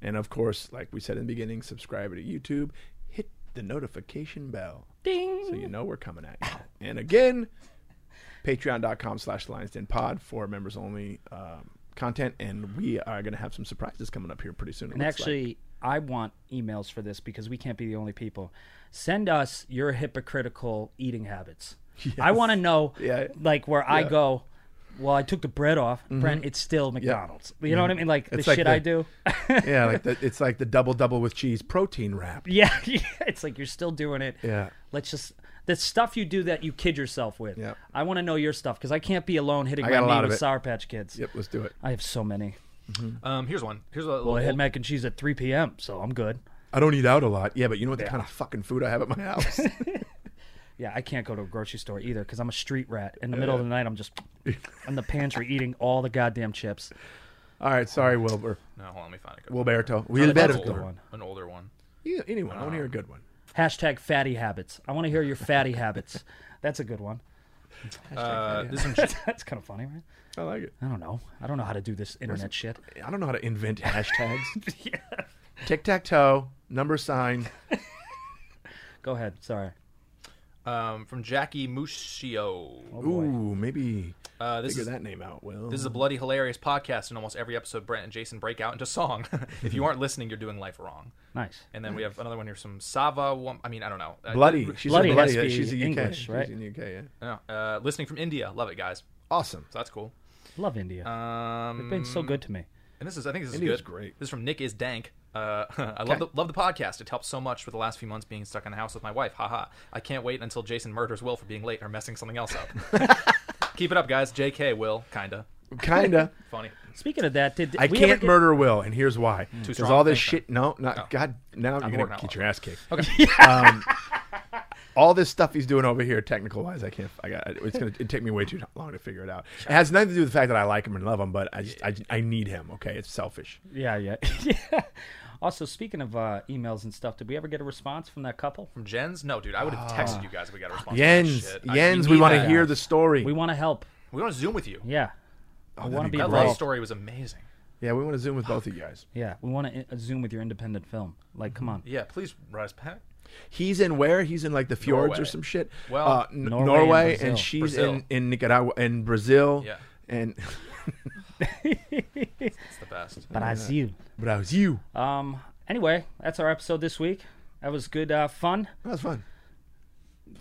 Speaker 1: and of course, like we said in the beginning, subscribe to YouTube, hit the notification bell,
Speaker 3: Ding.
Speaker 1: so you know we're coming at you. And again, patreon.com slash Lions Den Pod for members only um, content, and we are going to have some surprises coming up here pretty soon. it
Speaker 3: And
Speaker 1: looks like.
Speaker 3: actually, I want emails for this because we can't be the only people. Send us your hypocritical eating habits. I want to know,
Speaker 1: Yeah.
Speaker 3: like, where I
Speaker 1: Yeah. Mm-hmm.
Speaker 3: go. Well, I took the bread off, Brent. It's still McDonald's. You know what I mean? Like
Speaker 1: It's
Speaker 3: the
Speaker 1: like
Speaker 3: shit
Speaker 1: the-
Speaker 3: I do.
Speaker 1: yeah, like the, it's like the double double with cheese protein wrap.
Speaker 3: yeah, yeah, it's like you're still doing it.
Speaker 1: Yeah.
Speaker 3: Let's just the stuff you do that you kid yourself with.
Speaker 1: Yeah.
Speaker 3: I want to know your stuff because I can't be alone hitting
Speaker 1: I
Speaker 3: my
Speaker 1: got a lot
Speaker 3: knee
Speaker 1: of
Speaker 3: with
Speaker 1: it.
Speaker 3: Sour Patch Kids.
Speaker 1: Yep, let's do it.
Speaker 3: I have so many.
Speaker 2: Um, here's one. Here's a little.
Speaker 3: Well, I had
Speaker 2: old-
Speaker 3: mac and cheese at 3 p.m., so I'm good.
Speaker 1: I don't eat out a lot. Yeah, but you know what the kind of fucking food I have at my house?
Speaker 3: Yeah, I can't go to a grocery store either because I'm a street rat. In the middle of the night, I'm just in the pantry eating all the goddamn chips.
Speaker 1: All right, sorry, Wilbur.
Speaker 2: No, hold on, let me find it.
Speaker 1: Wilberto.
Speaker 3: that's
Speaker 2: older,
Speaker 3: good
Speaker 1: Wilberto.
Speaker 3: one.
Speaker 2: An older one.
Speaker 1: Yeah, anyone. I want to hear a good one.
Speaker 3: Hashtag fatty habits. I want to hear your fatty habits. That's a good one.
Speaker 2: Uh, this is from-
Speaker 3: That's kind of funny, right?
Speaker 1: I like it.
Speaker 3: I don't know. I don't know how to do this internet shit.
Speaker 1: I don't know how to invent hashtags. Tic tac toe, number sign.
Speaker 3: Go ahead. Sorry.
Speaker 2: um, from Jackie Mushio.
Speaker 1: Oh, Ooh, maybe
Speaker 2: Uh, this
Speaker 1: figure
Speaker 2: is
Speaker 1: that name out. Well,
Speaker 2: This is a bloody hilarious podcast. In almost every episode, Brent and Jason break out into song. if you aren't listening, you're doing life wrong.
Speaker 3: Nice.
Speaker 2: And then we have another one here from Sava. Wom- I mean, I don't know. Uh,
Speaker 1: bloody. She's
Speaker 3: Bloody
Speaker 1: bloody.
Speaker 3: has
Speaker 1: bloody.
Speaker 3: to be
Speaker 1: She's a UK.
Speaker 3: English,
Speaker 1: She's
Speaker 3: right?
Speaker 1: in the UK. Yeah.
Speaker 2: no, uh, listening from India. Love it, guys.
Speaker 1: Awesome.
Speaker 2: So that's cool.
Speaker 3: Love India.
Speaker 2: Um,
Speaker 3: They've been so good to me.
Speaker 2: And this is, I think this is
Speaker 1: India's
Speaker 2: good.
Speaker 1: great.
Speaker 2: This is from Nick is Dank. Uh, I love the, love the podcast. It helps so much with the last few months being stuck in the house with my wife. Haha. I can't wait until Jason murders Will for being late or messing something else up. Keep it up, guys. JK, Will. Kinda.
Speaker 1: Kinda.
Speaker 2: Funny.
Speaker 3: Speaking of that, did
Speaker 1: I
Speaker 3: we ever
Speaker 1: can't
Speaker 3: get-
Speaker 1: murder Will, and here's why. Because
Speaker 2: strong?
Speaker 1: all this
Speaker 2: Thanks, man.
Speaker 1: shit. No, not God. Now you're
Speaker 2: working
Speaker 1: gonna
Speaker 2: out
Speaker 1: get
Speaker 2: on
Speaker 1: your ass kicked. Um,
Speaker 2: Okay.
Speaker 1: all this stuff he's doing over here, technical wise, I can't. I got. It's gonna it take me way too long to figure it out. It has nothing to do with the fact that I like him and love him, but I just, I, I need him. Okay, it's selfish.
Speaker 3: Yeah, yeah, yeah. Also, speaking of uh, emails and stuff, did we ever get a response from that couple?
Speaker 2: From Jens? No, dude. I would have texted you guys if we got a response. to that
Speaker 1: Jens,
Speaker 2: shit. I-
Speaker 1: Jens, we
Speaker 2: need
Speaker 1: want to
Speaker 2: that.
Speaker 1: hear the story. Oh,
Speaker 3: We want to help.
Speaker 2: We want to Zoom with you.
Speaker 3: Yeah, we want to
Speaker 1: that'd be
Speaker 3: be
Speaker 2: That
Speaker 1: great.
Speaker 3: involved.
Speaker 2: love story was amazing.
Speaker 1: yeah, we want to zoom with both of you guys.
Speaker 3: Yeah, we want to zoom with your independent film. Like, come on.
Speaker 2: Yeah, please rise back.
Speaker 1: He's in where? He's in like the fjords
Speaker 2: Norway.
Speaker 1: or some shit.
Speaker 2: Well-
Speaker 1: uh, N-
Speaker 3: Norway and
Speaker 1: Norway,
Speaker 3: Brazil.
Speaker 1: and, she's
Speaker 2: Brazil.
Speaker 1: in in Nicaragua and Brazil.
Speaker 2: Yeah.
Speaker 1: and
Speaker 2: It's the best.
Speaker 3: But I see you.
Speaker 1: Brazil.
Speaker 3: Um. Anyway, that's our episode this week. That was good uh, fun.
Speaker 1: That was fun.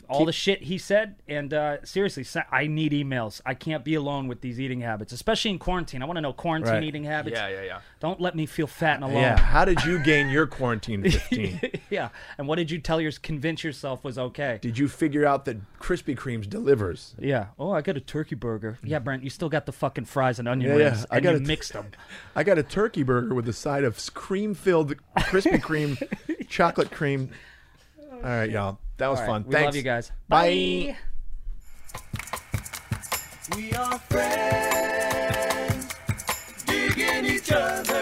Speaker 3: All the shit he said, and uh, seriously, se- I need emails. I can't be alone with these eating habits, especially in quarantine. I want to know quarantine
Speaker 1: Right.
Speaker 3: eating habits.
Speaker 2: Yeah, yeah, yeah.
Speaker 3: Don't let me feel fat and alone.
Speaker 1: Yeah. How did you gain your quarantine fifteen?
Speaker 3: Yeah. And what did you tell your convince yourself was okay?
Speaker 1: did you figure out that Krispy Kreme's delivers?
Speaker 3: Yeah. Oh, I got a turkey burger. Yeah, Brent, you still got the fucking fries and onion
Speaker 1: Yeah, yeah.
Speaker 3: rings,
Speaker 1: I
Speaker 3: and
Speaker 1: got
Speaker 3: you
Speaker 1: a-
Speaker 3: mixed them.
Speaker 1: I got a turkey burger with a side of cream filled Krispy Kreme chocolate cream. All right, y'all. That was
Speaker 3: All right,
Speaker 1: fun.
Speaker 3: We
Speaker 1: Thanks.
Speaker 3: love you guys.
Speaker 1: Bye.
Speaker 3: Bye.
Speaker 4: We are friends, digging each other.